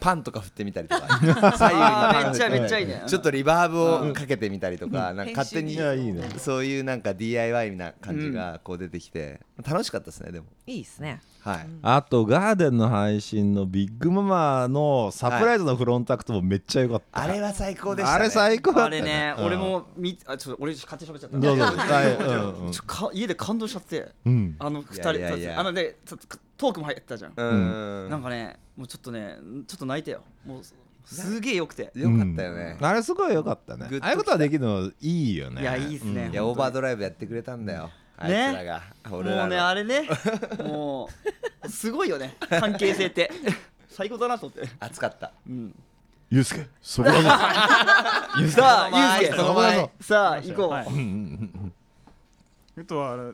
[SPEAKER 7] パンとか振ってみたりとか左右に
[SPEAKER 4] <laughs>
[SPEAKER 7] パ
[SPEAKER 4] あーめ
[SPEAKER 7] ン
[SPEAKER 4] っ
[SPEAKER 7] 振
[SPEAKER 4] ちゃ
[SPEAKER 7] っ
[SPEAKER 4] めってちゃいいね
[SPEAKER 7] ちょっとリバーブをかけてみたりとか,、なんか勝手に
[SPEAKER 2] 編集技術
[SPEAKER 7] そういうなんか DIY な感じがこう出てきて、楽しかったですねでも
[SPEAKER 2] いいですね。
[SPEAKER 7] はい、
[SPEAKER 1] あとガーデンの配信のビッグママのサプライズのフロントアクトもめっちゃ良かった、
[SPEAKER 7] あれは最高でした、ね、
[SPEAKER 1] あれ最高だ
[SPEAKER 4] あ
[SPEAKER 1] った
[SPEAKER 4] れね、
[SPEAKER 1] うん
[SPEAKER 4] 俺もみあちょっと俺勝手に喋っちゃった
[SPEAKER 1] どう
[SPEAKER 4] <laughs>
[SPEAKER 1] ぞはいうんうん
[SPEAKER 4] ちょか家で感動しちゃって
[SPEAKER 8] うん
[SPEAKER 4] あの二
[SPEAKER 7] いやいやい
[SPEAKER 4] 人
[SPEAKER 7] や
[SPEAKER 4] あのねちょっとトークも入ったじゃん
[SPEAKER 7] うーん
[SPEAKER 4] なんかねもうちょっとねちょっと泣いてよもうすげえよくて
[SPEAKER 7] よかったよね、
[SPEAKER 1] あれすごい良かったね
[SPEAKER 7] グッときた
[SPEAKER 1] ああいうことはできるのいいよね
[SPEAKER 4] いやいいっすね
[SPEAKER 7] いやオーバードライブやってくれたんだよあいつ
[SPEAKER 4] ね
[SPEAKER 7] らが、
[SPEAKER 4] もう
[SPEAKER 7] 俺らの
[SPEAKER 4] ねあれねもうすごいよね関係性って
[SPEAKER 7] <laughs>
[SPEAKER 4] 最高だなと思って
[SPEAKER 7] 熱かった
[SPEAKER 4] うん
[SPEAKER 8] ユースケそこだぞ
[SPEAKER 4] さあ
[SPEAKER 7] 前
[SPEAKER 4] ゆうすけ
[SPEAKER 7] その前
[SPEAKER 4] さあ行こう、
[SPEAKER 5] はいあとはあれ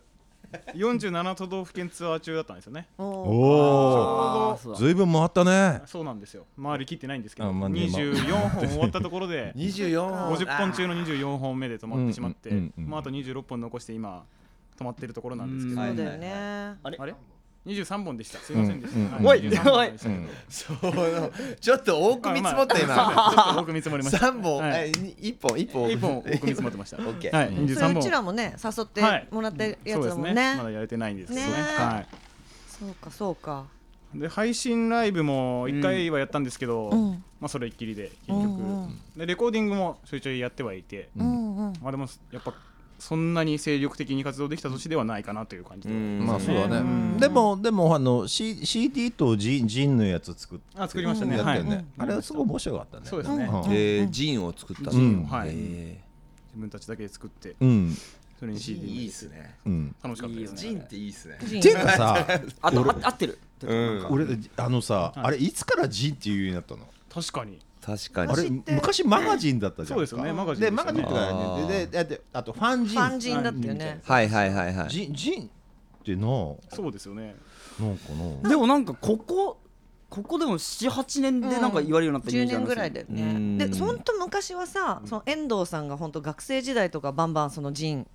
[SPEAKER 5] 47都道府県ツアー中だったんですよね
[SPEAKER 2] おー
[SPEAKER 8] お
[SPEAKER 4] あーそう
[SPEAKER 8] お
[SPEAKER 4] だ
[SPEAKER 8] ずいぶん回ったね
[SPEAKER 5] そうなんですよ回りきってないんですけ
[SPEAKER 1] あ
[SPEAKER 5] ど
[SPEAKER 1] まあねまあ
[SPEAKER 5] 24本終わったとこ
[SPEAKER 7] <laughs>
[SPEAKER 5] ろで
[SPEAKER 7] 24本
[SPEAKER 5] 50本中の24本目で止まってしまって
[SPEAKER 1] うんうんうんうん
[SPEAKER 5] まああと26本残して今止まってるところなんですけ
[SPEAKER 4] うん
[SPEAKER 5] ど
[SPEAKER 2] そうだよね。
[SPEAKER 4] あれ
[SPEAKER 5] あれ23本でしたすいませんでし
[SPEAKER 1] うん
[SPEAKER 5] たはい
[SPEAKER 4] おい
[SPEAKER 5] 23本でしたけど
[SPEAKER 7] そのちょっと多く見積もった
[SPEAKER 5] まあ
[SPEAKER 7] 今
[SPEAKER 5] まあちょっと僕見積も
[SPEAKER 7] <laughs>
[SPEAKER 5] りました
[SPEAKER 7] 3本
[SPEAKER 5] はい
[SPEAKER 7] え1本1本
[SPEAKER 5] 1本多く見積もってました
[SPEAKER 7] オッケー
[SPEAKER 5] はい
[SPEAKER 2] それ
[SPEAKER 5] 23
[SPEAKER 2] う
[SPEAKER 5] 本
[SPEAKER 2] ちらもね誘って
[SPEAKER 5] はい
[SPEAKER 2] もらったやつだも
[SPEAKER 5] そうんです
[SPEAKER 2] ね
[SPEAKER 5] ま。だやれてないんですけど
[SPEAKER 2] ね
[SPEAKER 5] ねは
[SPEAKER 2] そうかそうか。
[SPEAKER 5] いで配信ライブも1回はやったんですけど
[SPEAKER 2] うん
[SPEAKER 5] まあそれっきりで
[SPEAKER 2] う
[SPEAKER 5] 結局
[SPEAKER 2] んうん
[SPEAKER 5] でレコーディングもちょいちょいやってはいて
[SPEAKER 2] うんうん。
[SPEAKER 5] まあでもやっぱそんなに精力的に活動できた年ではないかなという感じで
[SPEAKER 7] うん
[SPEAKER 1] まあそうだね、
[SPEAKER 2] うん
[SPEAKER 1] でもでもあの、C、CD とジンジンのやつ作っ
[SPEAKER 5] あ作りましたね
[SPEAKER 1] やったよね、
[SPEAKER 5] はい
[SPEAKER 1] あれはすごい面白かったね
[SPEAKER 5] そうですね
[SPEAKER 1] うん
[SPEAKER 7] えージンを作った
[SPEAKER 5] ジン
[SPEAKER 7] の
[SPEAKER 5] はい
[SPEAKER 7] え
[SPEAKER 5] 自分たちだけで作って
[SPEAKER 1] うん
[SPEAKER 5] それ
[SPEAKER 7] ー
[SPEAKER 5] に
[SPEAKER 7] ジ
[SPEAKER 5] CD
[SPEAKER 7] ン
[SPEAKER 5] に
[SPEAKER 7] いいっすね
[SPEAKER 1] うん
[SPEAKER 5] 楽しかったですね
[SPEAKER 7] ジンっていいっすね
[SPEAKER 1] っていうかさ
[SPEAKER 4] あとあ合ってる
[SPEAKER 7] うん
[SPEAKER 1] 俺あのさ、あれいつからジンっていうようになったの
[SPEAKER 5] 確かに
[SPEAKER 7] 確か
[SPEAKER 1] あれ
[SPEAKER 7] に
[SPEAKER 1] 昔マガジンだったじゃんか
[SPEAKER 5] そうですよねマガジン
[SPEAKER 1] で
[SPEAKER 5] でし
[SPEAKER 1] マガ
[SPEAKER 5] たね
[SPEAKER 1] ジンとかねででだってあとファンジ
[SPEAKER 2] フ
[SPEAKER 1] ン
[SPEAKER 2] ァンジンだったよね。
[SPEAKER 7] はいはいはいはい
[SPEAKER 1] ジンジンってななんか
[SPEAKER 5] そうですよね
[SPEAKER 1] な
[SPEAKER 4] でもなんかここここでも78年でなんか言われるようになったイメ
[SPEAKER 2] 10
[SPEAKER 4] ージあ
[SPEAKER 2] 年
[SPEAKER 4] るん
[SPEAKER 2] ぐ
[SPEAKER 4] ですよ
[SPEAKER 2] らいだよ
[SPEAKER 7] う
[SPEAKER 2] ね
[SPEAKER 7] ん
[SPEAKER 2] でそんと昔はさその遠藤さんが本当学生時代とかバンバンそのジン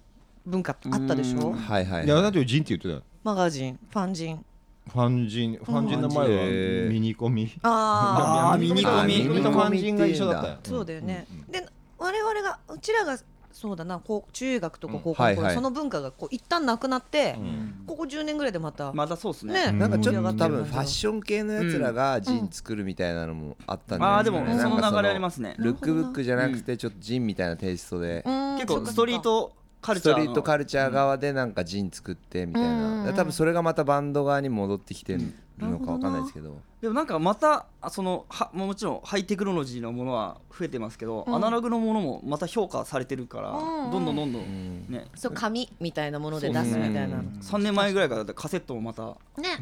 [SPEAKER 2] 文化あったでしょ
[SPEAKER 7] はいはい
[SPEAKER 1] いやだっ
[SPEAKER 7] は
[SPEAKER 1] てジンって言ってたよ
[SPEAKER 2] マガジンファンジン
[SPEAKER 1] ファンジンファンジンの前はミニコミ
[SPEAKER 2] あ
[SPEAKER 4] あーミニコ
[SPEAKER 7] あミ
[SPEAKER 4] ミ
[SPEAKER 7] ニコミ
[SPEAKER 1] とファンジンが一緒だったよ
[SPEAKER 2] あそうだよねで我々がうちらがそうだなこう中学とか高校
[SPEAKER 7] は
[SPEAKER 2] の
[SPEAKER 7] いは
[SPEAKER 2] 頃
[SPEAKER 7] い
[SPEAKER 2] その文化がこう一旦なくなってここ10年ぐらいでまた
[SPEAKER 4] まだそうっすね
[SPEAKER 2] ね
[SPEAKER 7] いなんかちょっと多
[SPEAKER 2] う
[SPEAKER 7] 分
[SPEAKER 2] ん
[SPEAKER 7] ファッション系のやつらがジン作るみたいなのもあったん
[SPEAKER 4] ああ
[SPEAKER 7] じ
[SPEAKER 4] で
[SPEAKER 7] ゃない
[SPEAKER 4] も
[SPEAKER 7] ですか
[SPEAKER 4] そ
[SPEAKER 7] ね
[SPEAKER 4] の流れあ
[SPEAKER 7] な
[SPEAKER 4] り
[SPEAKER 7] んか
[SPEAKER 4] ますね
[SPEAKER 7] そのルックブックじゃなくてちょっとジンみたいなテイストで
[SPEAKER 2] うん
[SPEAKER 4] 結
[SPEAKER 2] そっ
[SPEAKER 4] 構
[SPEAKER 2] か
[SPEAKER 4] ストリートカル
[SPEAKER 7] ス
[SPEAKER 4] チャ
[SPEAKER 7] ト
[SPEAKER 4] ー
[SPEAKER 7] リ
[SPEAKER 4] の
[SPEAKER 7] ートカルチャー側でなんかジン作ってみたい
[SPEAKER 2] うんうんうん
[SPEAKER 7] な多分それがまたバンド側に戻ってきてるのかわかんないですけど
[SPEAKER 4] でもなんかまたあそのはもちろんハイテクノロジーのものは増えてますけど、
[SPEAKER 2] うん
[SPEAKER 4] アナログのものもまた評価されてるから、
[SPEAKER 2] うんうん
[SPEAKER 4] どんどんどんどん、
[SPEAKER 7] ん
[SPEAKER 4] ね
[SPEAKER 2] そう紙みたいなもので出すみたいなね
[SPEAKER 4] 3年前ぐらいからだってカセットもまた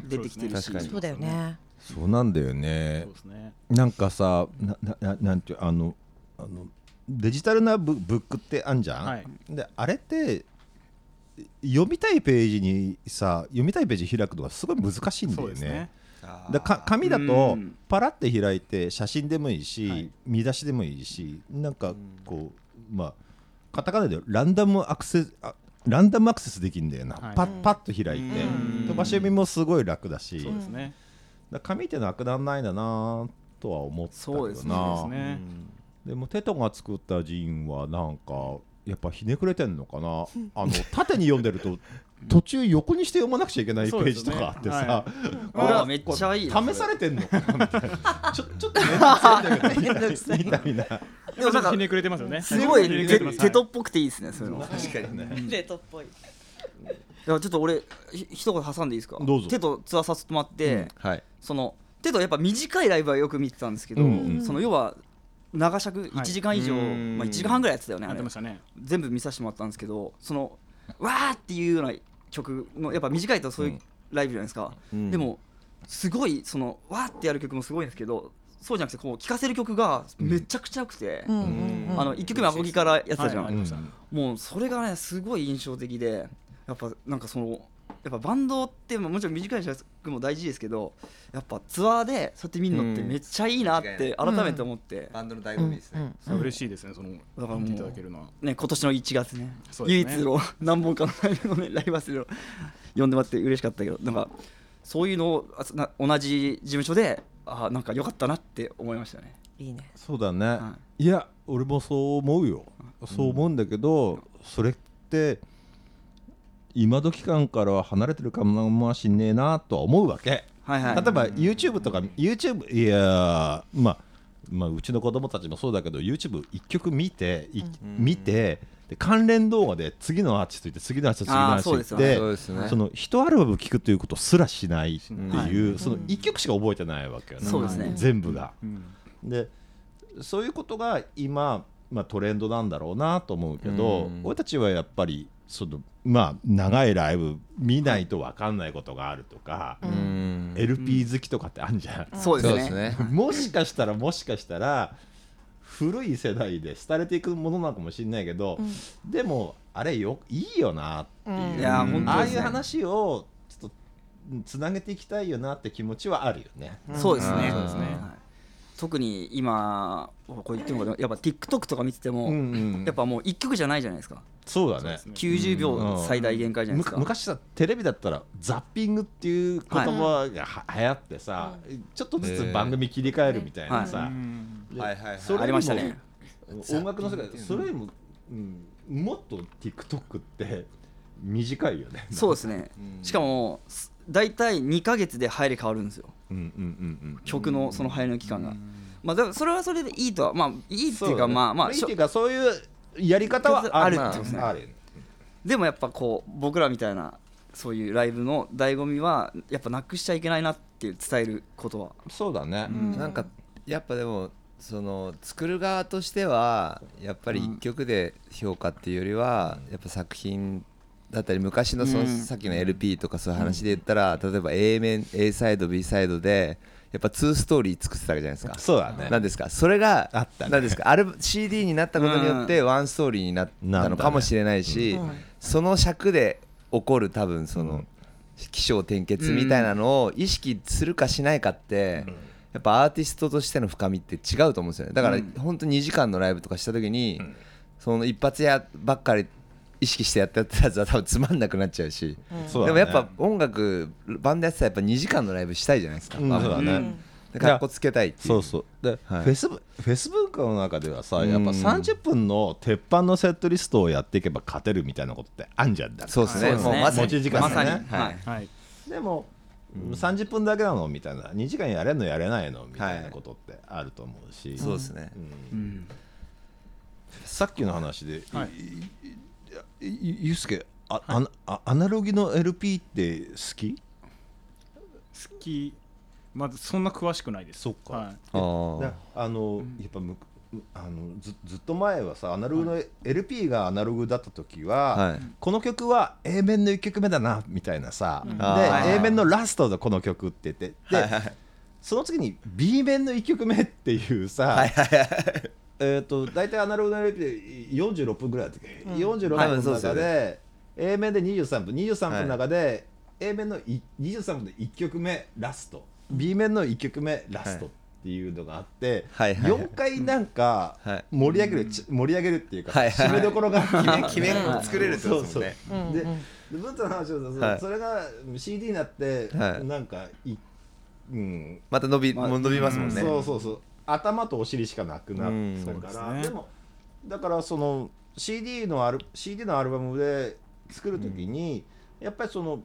[SPEAKER 4] 出てきてる
[SPEAKER 7] そ
[SPEAKER 4] し、
[SPEAKER 7] うですね
[SPEAKER 2] そうだよね
[SPEAKER 1] そうなんだよね
[SPEAKER 5] そうですね
[SPEAKER 1] なんかさななななんていうあのあのデジタルなブブックってあんじゃん、
[SPEAKER 5] はい
[SPEAKER 1] であれって読みたいページにさ読みたいページ開くのがすごい難しいんだ
[SPEAKER 5] そ
[SPEAKER 1] よ
[SPEAKER 5] うです
[SPEAKER 1] ね
[SPEAKER 5] ね。
[SPEAKER 1] だか紙だと
[SPEAKER 4] うん
[SPEAKER 1] パラって開いて写真でもいいし、
[SPEAKER 5] はい
[SPEAKER 1] 見出しでもいいしなんかこうまあカタカナでランダムアクセスあランダムアクセスできるんだよな、
[SPEAKER 5] はい
[SPEAKER 1] パッパッと開いて
[SPEAKER 5] うん
[SPEAKER 1] 飛ばし読みもすごい楽だし、
[SPEAKER 5] そうですね
[SPEAKER 1] だから紙ってなくならないんだなとは思ったけど
[SPEAKER 4] そうですね
[SPEAKER 5] そうで
[SPEAKER 1] な
[SPEAKER 5] すね
[SPEAKER 1] でもテトが作ったジンはなんかやっぱひねくれてんのかなあの縦に読んでると途中横にして読まなくちゃいけないページとかあってさ、
[SPEAKER 4] うわめっちゃいいな
[SPEAKER 1] 試されてんのかなみたいなちょちょっと
[SPEAKER 2] めんどくさい
[SPEAKER 1] みたいな
[SPEAKER 4] でもなんか
[SPEAKER 5] ひねくれてますよね
[SPEAKER 4] すごい
[SPEAKER 5] ひねく
[SPEAKER 4] テ
[SPEAKER 5] れてます
[SPEAKER 4] テトっぽくていいですねそういうのい
[SPEAKER 7] 確かにね
[SPEAKER 2] レートっぽい
[SPEAKER 4] やちょっと俺ひ一言挟んでいいですか
[SPEAKER 1] どうぞ
[SPEAKER 4] テトツアーさせてもらって、
[SPEAKER 7] はい
[SPEAKER 4] そのテトやっぱ短いライブはよく見てたんですけど、
[SPEAKER 1] うん
[SPEAKER 4] その要は長尺1時間以上、
[SPEAKER 7] うん
[SPEAKER 4] まあ、1時間半ぐらいやってたよね
[SPEAKER 5] や
[SPEAKER 4] あ
[SPEAKER 5] っ
[SPEAKER 4] れ
[SPEAKER 5] てましたね
[SPEAKER 4] 全部見させてもらったんですけどそのわーっていうような曲のやっぱ短いとそういうライブじゃないですか、
[SPEAKER 7] うん
[SPEAKER 4] でもすごいそのわーってやる曲もすごいんですけどそうじゃなくてこう聴かせる曲がめちゃくちゃ良くて、
[SPEAKER 2] うんうんうん
[SPEAKER 4] あの1曲目アコギからやってたじゃ
[SPEAKER 5] は
[SPEAKER 4] ん、
[SPEAKER 5] いありましたね
[SPEAKER 4] もうそれがねすごい印象的でやっぱなんかそのやっぱバンドってまあもちろん短い尺も大事ですけどやっぱツアーでそうやって見るのって
[SPEAKER 7] うん
[SPEAKER 4] めっちゃいいなって改めて思って、
[SPEAKER 7] バンドの醍
[SPEAKER 2] う
[SPEAKER 7] 醐
[SPEAKER 2] ん
[SPEAKER 7] 味ですね、
[SPEAKER 5] そう嬉しいですねその
[SPEAKER 4] からもう
[SPEAKER 5] 見ていただけるのは
[SPEAKER 4] ね、今年の1月ね
[SPEAKER 5] そう
[SPEAKER 4] 唯
[SPEAKER 5] で
[SPEAKER 4] 一
[SPEAKER 5] すね
[SPEAKER 4] の何本かのライブの、ね、ライブハウスを呼んでもらって嬉しかったけどなんかそういうのをあそな同じ事務所であなんか良かったなって思いましたね。
[SPEAKER 2] いいね
[SPEAKER 3] そうだね、、
[SPEAKER 4] はい
[SPEAKER 3] や俺もそう思うよ、そう思うんだけどそれって今時感からは離れてるかもしんねえなとは思うわけ、
[SPEAKER 4] はいはい、
[SPEAKER 3] 例えば YouTube とか YouTube いやーまあまあ、うちの子供たちもそうだけど YouTube 一曲見て、い見てで関連動画で次のアーティスト行って次のアーティスト次のアーティスト行っ
[SPEAKER 4] あー
[SPEAKER 3] て
[SPEAKER 7] そうですよね
[SPEAKER 3] その一アルバム聴くということすらしないっていう、
[SPEAKER 2] はい
[SPEAKER 3] その一曲しか覚えてないわけよね
[SPEAKER 4] そうですね
[SPEAKER 3] 全部が。
[SPEAKER 5] うん
[SPEAKER 3] でそういうことが今、まあ、トレンドなんだろうなと思うけど、
[SPEAKER 7] うん
[SPEAKER 3] 俺たちはやっぱりその、まあ、長いライブ見ないと分かんないことがあるとか、
[SPEAKER 7] うん
[SPEAKER 3] LP 好きとかってあるんじゃん、
[SPEAKER 4] そうです
[SPEAKER 7] そう
[SPEAKER 4] ね
[SPEAKER 7] ですね
[SPEAKER 3] <laughs> もしかしたらもしかしたら古い世代で廃れていくものなのかもしれないけど、でもあれよいいよなっていう、
[SPEAKER 2] うん
[SPEAKER 4] いやー本当ですね
[SPEAKER 3] ああいう話をちょっとつなげていきたいよなって気持ちはあるよね。
[SPEAKER 4] そうです
[SPEAKER 7] う
[SPEAKER 4] ね
[SPEAKER 7] んそうですね
[SPEAKER 4] はい特に今こう言ってもやっぱ TikTok とか見てても、やっぱもう1曲じゃないじゃないですか
[SPEAKER 3] そうだね
[SPEAKER 4] 90秒最大限界じゃないですか、
[SPEAKER 3] む昔さテレビだったらザッピングっていう言葉がは、流行ってさ、ちょっとずつ番組切り替えるみたいなさ、で
[SPEAKER 7] はいはいはい
[SPEAKER 3] それよりも
[SPEAKER 4] ありましたね
[SPEAKER 3] 音楽の世界それよりも、うん、もっと TikTok って短いよね
[SPEAKER 4] そうですね、しかもす大体2か月で入り変わるんですよ
[SPEAKER 3] うんうんうんうん
[SPEAKER 4] 曲のその入りの期間が、まあだからそれはそれでいいとはまあいいっていうか
[SPEAKER 3] そうだね
[SPEAKER 4] まあまあ
[SPEAKER 3] いいっていう
[SPEAKER 4] しょ
[SPEAKER 3] かそういうやり方はある
[SPEAKER 4] あるってことですね
[SPEAKER 3] ある
[SPEAKER 4] でもやっぱこう僕らみたいなそういうライブの醍醐味はやっぱなくしちゃいけないなっていう伝えることは
[SPEAKER 3] そうだね、
[SPEAKER 7] なんかやっぱでもその作る側としてはやっぱり一曲で評価っていうよりはやっぱ作品だったり昔のその
[SPEAKER 4] うん
[SPEAKER 7] さっきの LP とかそういう話で言ったら例えば A 面 A サイド B サイドでやっぱ2ストーリー作ってたわけじゃないですか。
[SPEAKER 3] そうだね
[SPEAKER 7] なんですかそれが
[SPEAKER 3] あったね
[SPEAKER 7] なんですかあれ CD になったことによってワンストーリーになったのかもしれないし、その尺で起こる多分その、起承転結みたいなのを意識するかしないかって、やっぱアーティストとしての深みって違うと思うんですよねだから
[SPEAKER 4] うん
[SPEAKER 7] 本当に2時間のライブとかした時に、その一発やばっかり意識してやってたやつは多分つまんなくなっちゃうし、
[SPEAKER 3] そう
[SPEAKER 7] で
[SPEAKER 3] だね
[SPEAKER 7] もやっぱ音楽バンドやってたらやっぱ2時間のライブしたいじゃないですか、
[SPEAKER 3] うん
[SPEAKER 7] まあ
[SPEAKER 3] そうだね、
[SPEAKER 4] うん
[SPEAKER 7] でかっこつけたいっていう
[SPEAKER 3] そうそうで、
[SPEAKER 7] はい
[SPEAKER 3] フェスブフェス文化の中ではさ
[SPEAKER 7] うん
[SPEAKER 3] やっぱ30分の鉄板のセットリストをやっていけば勝てるみたいなことってあんじゃんだ
[SPEAKER 7] そうですね。
[SPEAKER 4] そうですね
[SPEAKER 7] もうまさに
[SPEAKER 3] 持ち時間
[SPEAKER 4] まさに、
[SPEAKER 3] ね
[SPEAKER 4] は
[SPEAKER 7] はいい、
[SPEAKER 5] はい
[SPEAKER 3] でも、30分だけなのみたいな2時間やれんのやれないのみたい
[SPEAKER 7] は
[SPEAKER 3] ないことってあると思うし、
[SPEAKER 7] そうですね。
[SPEAKER 4] うん
[SPEAKER 3] さっきの話で、
[SPEAKER 5] はい
[SPEAKER 3] いいゆうすけあ、あなあアナログの LP って好き
[SPEAKER 5] 好きまずそんな詳しくないです
[SPEAKER 3] そっか
[SPEAKER 5] はい
[SPEAKER 7] あー
[SPEAKER 3] だあの、やっぱむあのずずっと前はさアナログの LP がアナログだった時は、
[SPEAKER 7] はい
[SPEAKER 3] この曲は A 面の1曲目だなみたいなさ、で
[SPEAKER 7] あーはいはい
[SPEAKER 3] A 面のラストでこの曲って言ってで、
[SPEAKER 7] はいはい
[SPEAKER 3] その次に B 面の1曲目っていうさ、えー、と大体アナログの LP で46分ぐらいだったっけ、46分
[SPEAKER 7] はい
[SPEAKER 3] の
[SPEAKER 7] そうです
[SPEAKER 3] 中
[SPEAKER 7] よ
[SPEAKER 3] で、A 面で23分23分
[SPEAKER 7] はい
[SPEAKER 3] の中で、A 面のい23分で1曲目ラスト B 面の1曲目ラストっていうのがあって、
[SPEAKER 7] はいはいはい
[SPEAKER 3] 4回なんか
[SPEAKER 7] はい
[SPEAKER 3] 盛り上げる、ち盛り上げるっていうか、
[SPEAKER 7] はいはい
[SPEAKER 3] 締めどころが決め
[SPEAKER 7] <laughs> 決め作れるってことですもんね
[SPEAKER 3] そうそうでで文太の話をすると、
[SPEAKER 7] はい
[SPEAKER 3] それが CD になって、
[SPEAKER 7] はい
[SPEAKER 3] なんかいうん
[SPEAKER 7] また伸び、
[SPEAKER 4] まあ
[SPEAKER 7] もう伸びますもんね。
[SPEAKER 3] そうそうそう頭とお尻しかなくなったから、
[SPEAKER 5] うん
[SPEAKER 3] でもだからその CD のアル CD のアルバムで作る時に、やっぱりその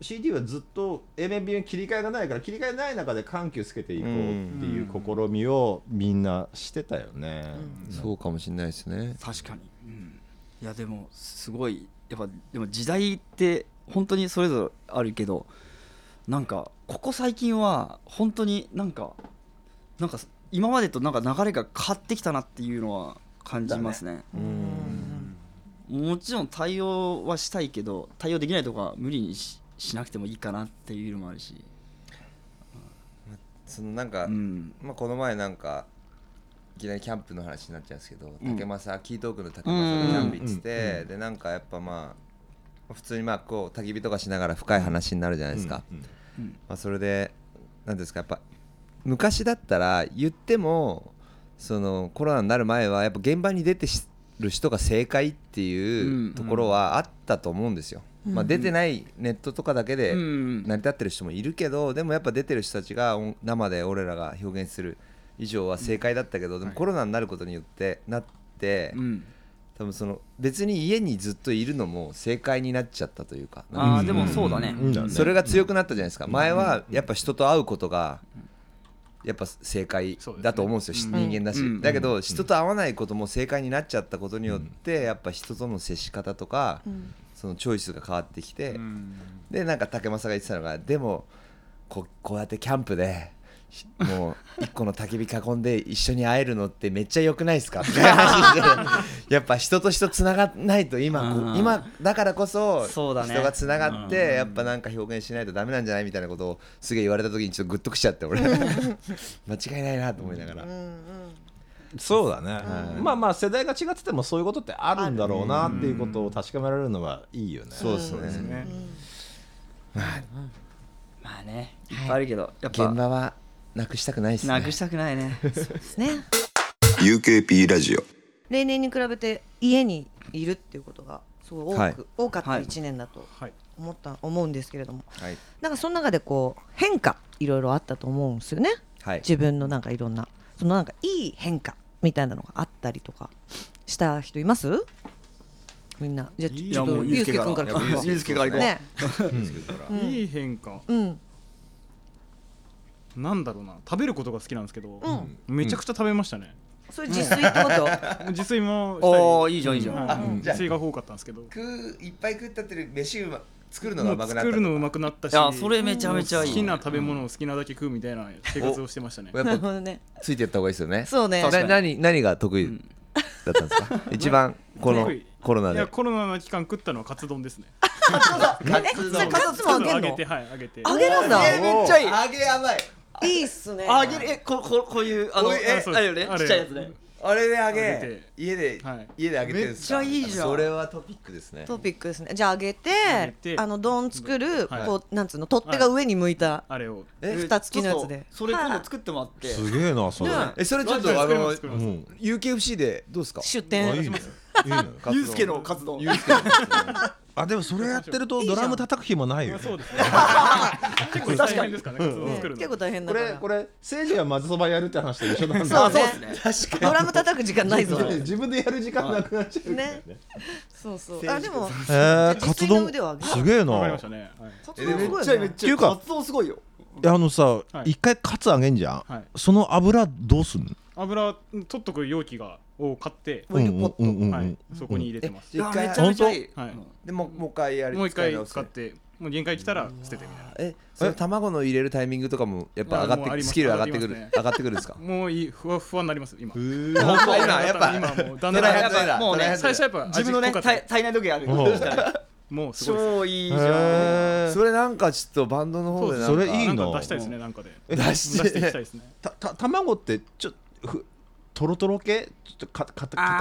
[SPEAKER 3] CD はずっと A 面 B 面切り替えがないから切り替えない中で緩急つけていこうっていう試みをみんなしてたよね。
[SPEAKER 7] そうかもしれないですね。
[SPEAKER 4] 確かに、うんいやでもすごいやっぱでも時代って本当にそれぞれあるけどなんかここ最近は本当になんかなんか今までとなんか流れが変わってきたなっていうのは感じますねもちろん対応はしたいけど対応できないとか無理にししなくてもいいかなっていうのもあるし
[SPEAKER 7] そのなんか、
[SPEAKER 4] うん
[SPEAKER 7] まあ、この前なんかいきなりキャンプの話になっちゃうんですけど、
[SPEAKER 4] うん
[SPEAKER 7] 竹正キートークの竹正がキャンプ行ってて、でなんかやっぱまあ普通にまあこう焚き火とかしながら深い話になるじゃないですか、まあ、それで何ですかやっぱ昔だったら言ってもそのコロナになる前はやっぱ現場に出てしる人が正解ってい
[SPEAKER 4] うん
[SPEAKER 7] うところはあったと思うんですよ、まあ、出てないネットとかだけで
[SPEAKER 4] うん
[SPEAKER 7] 成り立ってる人もいるけどでもやっぱ出てる人たちが音生で俺らが表現する以上は正解だったけどでもコロナになることによってなって
[SPEAKER 4] うん
[SPEAKER 7] 多分その別に家にずっといるのも正解になっちゃったというか
[SPEAKER 4] ああでもそうだね
[SPEAKER 3] うんうん
[SPEAKER 7] それが強くなったじゃないですか前はやっぱ人と会うことがやっぱ正解だと思うんですよし人間だ
[SPEAKER 4] うんうん
[SPEAKER 7] しだけど人と会わないことも正解になっちゃったことによってやっぱ人との接し方とか
[SPEAKER 2] うん
[SPEAKER 7] そのチョイスが変わってきて、
[SPEAKER 5] うん
[SPEAKER 7] でなんか竹正が言ってたのがでもここうやってキャンプでしもう一個の焚き火囲んで一緒に会えるのってめっちゃ良くないですかって話してて <laughs> やっぱ人と人つながんないと今こ
[SPEAKER 4] あ
[SPEAKER 7] う
[SPEAKER 4] ー
[SPEAKER 7] 今だからこそ
[SPEAKER 4] そ
[SPEAKER 7] 人
[SPEAKER 4] うだね
[SPEAKER 7] がつながってやっぱなんか表現しないとダメなんじゃないみたいなことをすげえ言われた時にちょっとグッときちゃって俺 <laughs> 間違いないなと思いながら
[SPEAKER 2] うんうん
[SPEAKER 3] そうだね、まあまあ世代が違っててもそういうことってあるんだろうなっていうことを確かめられるのはいいよね、
[SPEAKER 7] そうです
[SPEAKER 5] です
[SPEAKER 7] ね
[SPEAKER 5] ね
[SPEAKER 4] まあねいっぱいあるけどやっ
[SPEAKER 7] 現
[SPEAKER 4] ぱ
[SPEAKER 7] 場はなくしたくないですね
[SPEAKER 4] なくしたくないね
[SPEAKER 2] ですね
[SPEAKER 6] UKP ラジオ
[SPEAKER 2] 例年に比べて家にいるっていうことがすごい多く、
[SPEAKER 7] はい
[SPEAKER 2] 多かった
[SPEAKER 4] はい
[SPEAKER 2] 1年だと
[SPEAKER 5] はい
[SPEAKER 2] 思った、思うんですけれども
[SPEAKER 7] はい、
[SPEAKER 2] なんかその中でこう変化いろいろあったと思うんですよね
[SPEAKER 7] はい
[SPEAKER 2] 自分のなんかいろんなそのなんかいい変化みたいなのがあったりとかした人いますみんなじゃあ
[SPEAKER 4] い
[SPEAKER 2] ちょ
[SPEAKER 4] や
[SPEAKER 2] っと
[SPEAKER 4] もう
[SPEAKER 2] ゆ
[SPEAKER 4] ゆ
[SPEAKER 2] うす
[SPEAKER 4] うす
[SPEAKER 2] け
[SPEAKER 4] け
[SPEAKER 2] く
[SPEAKER 4] か
[SPEAKER 2] ん
[SPEAKER 4] ら
[SPEAKER 2] から行こう
[SPEAKER 4] ゆうすけから行こう
[SPEAKER 2] ねうん
[SPEAKER 5] いい変化
[SPEAKER 2] うん
[SPEAKER 5] なんだろうな食べることが好きなんですけど、
[SPEAKER 2] うん
[SPEAKER 5] めちゃくちゃ食べましたね、
[SPEAKER 2] それ自炊って
[SPEAKER 4] <laughs>
[SPEAKER 2] こと
[SPEAKER 5] 自炊もしたり
[SPEAKER 4] おおいいじゃんいいじゃん
[SPEAKER 5] はい
[SPEAKER 7] うん
[SPEAKER 5] 自炊が多かったんですけど
[SPEAKER 7] 食ういっぱい食ったってる飯うま作るのが
[SPEAKER 5] も
[SPEAKER 7] うま
[SPEAKER 5] う
[SPEAKER 7] くなった
[SPEAKER 5] 作
[SPEAKER 7] とか
[SPEAKER 5] るのうまくなったし
[SPEAKER 4] いやそれめちゃめちゃいい
[SPEAKER 5] 好きな食べ物を好きなだけ食うみたいな生活をしてましたね
[SPEAKER 7] やっ
[SPEAKER 2] なる
[SPEAKER 7] ぱ
[SPEAKER 2] ほどね
[SPEAKER 7] ついていった方がいいですよね。
[SPEAKER 2] そうね
[SPEAKER 7] な
[SPEAKER 4] 確かに
[SPEAKER 7] 何何が得意だったんですか。一番この
[SPEAKER 5] 得意
[SPEAKER 7] コロナ
[SPEAKER 5] い
[SPEAKER 7] で
[SPEAKER 5] や。コロナの期間食ったのはカツ丼ですね
[SPEAKER 2] えそれカツもあげ
[SPEAKER 5] 揚
[SPEAKER 2] る
[SPEAKER 5] げ
[SPEAKER 2] の
[SPEAKER 5] てはい揚げて
[SPEAKER 2] あげるんだ
[SPEAKER 4] えめっちゃいい
[SPEAKER 7] 揚げ甘い。
[SPEAKER 2] いいっすね
[SPEAKER 4] あげるえこここういうあの
[SPEAKER 7] こ
[SPEAKER 4] あ
[SPEAKER 7] ういうえ
[SPEAKER 4] れよね
[SPEAKER 5] あれ
[SPEAKER 4] ちっちゃいやつね
[SPEAKER 7] あれで揚
[SPEAKER 5] 揚げ
[SPEAKER 7] げ
[SPEAKER 5] て。
[SPEAKER 7] 家で
[SPEAKER 5] はい
[SPEAKER 7] 家で揚げてるんですか。
[SPEAKER 4] めっちゃいいじゃん
[SPEAKER 7] それはトピックですね。
[SPEAKER 2] トピックですねじゃああげて
[SPEAKER 5] あげて
[SPEAKER 2] あの丼作る、
[SPEAKER 5] はい
[SPEAKER 2] こうなんつうの取っ手が上に向いた、
[SPEAKER 5] あれを
[SPEAKER 7] え
[SPEAKER 2] 蓋付きのやつで
[SPEAKER 4] ちょっとそれ今度作ってもらって
[SPEAKER 3] すげえなそれ、
[SPEAKER 2] ね
[SPEAKER 7] えそれちょっ
[SPEAKER 5] <laughs>
[SPEAKER 7] とあ
[SPEAKER 5] 作りま
[SPEAKER 7] の
[SPEAKER 5] す作ります
[SPEAKER 3] ん
[SPEAKER 7] UKFC でどうですか。
[SPEAKER 2] 出
[SPEAKER 3] あい
[SPEAKER 2] 店
[SPEAKER 3] いねいいね
[SPEAKER 4] ゆうすけのカツ丼
[SPEAKER 7] ユースケの
[SPEAKER 3] あでもそれやってるとドラム叩く日もないよ
[SPEAKER 5] まあ
[SPEAKER 3] ね
[SPEAKER 5] そうです
[SPEAKER 2] <laughs>
[SPEAKER 5] ね結構大変ですからねカツ丼作るの
[SPEAKER 2] 結構大変だ
[SPEAKER 3] こ
[SPEAKER 2] から
[SPEAKER 3] れこれ政治はまずそばやるって話と一緒な
[SPEAKER 2] <laughs>
[SPEAKER 3] ん
[SPEAKER 2] そ
[SPEAKER 3] だ
[SPEAKER 2] う
[SPEAKER 4] そう
[SPEAKER 2] ね
[SPEAKER 4] ですね
[SPEAKER 2] ドラム叩く時間ないぞ
[SPEAKER 3] <laughs> 自分でやる時間なくなっちゃう
[SPEAKER 2] ねそうそうあでも
[SPEAKER 3] えー
[SPEAKER 2] カツ丼す
[SPEAKER 3] げえ
[SPEAKER 5] わかりましたねはい
[SPEAKER 2] カツ丼すご
[SPEAKER 4] めっ
[SPEAKER 2] い
[SPEAKER 4] ちゃ
[SPEAKER 2] よ
[SPEAKER 4] いい
[SPEAKER 2] ね
[SPEAKER 4] めっちゃいい
[SPEAKER 3] っていうか
[SPEAKER 4] カツ丼すごいよ
[SPEAKER 3] いやあのさ
[SPEAKER 5] はい
[SPEAKER 3] 一回カツあげんじゃ
[SPEAKER 5] はい
[SPEAKER 3] んその油どうすんの
[SPEAKER 5] 油取っとく容器がを買って
[SPEAKER 2] オイルポット
[SPEAKER 3] うんうんうんうん
[SPEAKER 5] はいそこに入れてます
[SPEAKER 4] いや
[SPEAKER 7] 一回
[SPEAKER 4] めちゃめちゃいい
[SPEAKER 5] はい
[SPEAKER 7] でもうもう一回やり
[SPEAKER 5] もう一
[SPEAKER 7] 使い
[SPEAKER 5] 回
[SPEAKER 7] 直す
[SPEAKER 5] 使ってもう限界来たら捨ててみたいな
[SPEAKER 7] えその卵の入れるタイミングとかもやっぱ上
[SPEAKER 5] あもう
[SPEAKER 7] が
[SPEAKER 5] あ
[SPEAKER 7] っ
[SPEAKER 5] り
[SPEAKER 7] て
[SPEAKER 5] ます
[SPEAKER 7] スキル上がってくる
[SPEAKER 5] ありますね
[SPEAKER 7] 上がってくるんです <laughs> か。
[SPEAKER 5] もういいふわふわになります今
[SPEAKER 7] 今やっぱ
[SPEAKER 5] 今もうだ
[SPEAKER 7] ト
[SPEAKER 5] んだん
[SPEAKER 7] ライ
[SPEAKER 5] や
[SPEAKER 7] ア
[SPEAKER 5] っ
[SPEAKER 7] ンドエラー
[SPEAKER 4] もうね
[SPEAKER 7] トライアンドエラー
[SPEAKER 5] ぱ最初やっぱ味
[SPEAKER 4] 自分のね
[SPEAKER 5] 濃かった
[SPEAKER 4] 体体内時計ある
[SPEAKER 3] うん
[SPEAKER 5] もうすごいです
[SPEAKER 4] 超いいじ
[SPEAKER 3] へ
[SPEAKER 4] ゃん
[SPEAKER 3] ー
[SPEAKER 7] それなんかちょっとバンドの方でなんか
[SPEAKER 3] そうですそれいい
[SPEAKER 5] なん
[SPEAKER 3] の
[SPEAKER 5] か出したいですねなんかで
[SPEAKER 3] え
[SPEAKER 5] 出
[SPEAKER 7] して
[SPEAKER 5] していきたいですね
[SPEAKER 3] たた卵ってちょっとふとろとろ系ちょっとかかた硬くなっ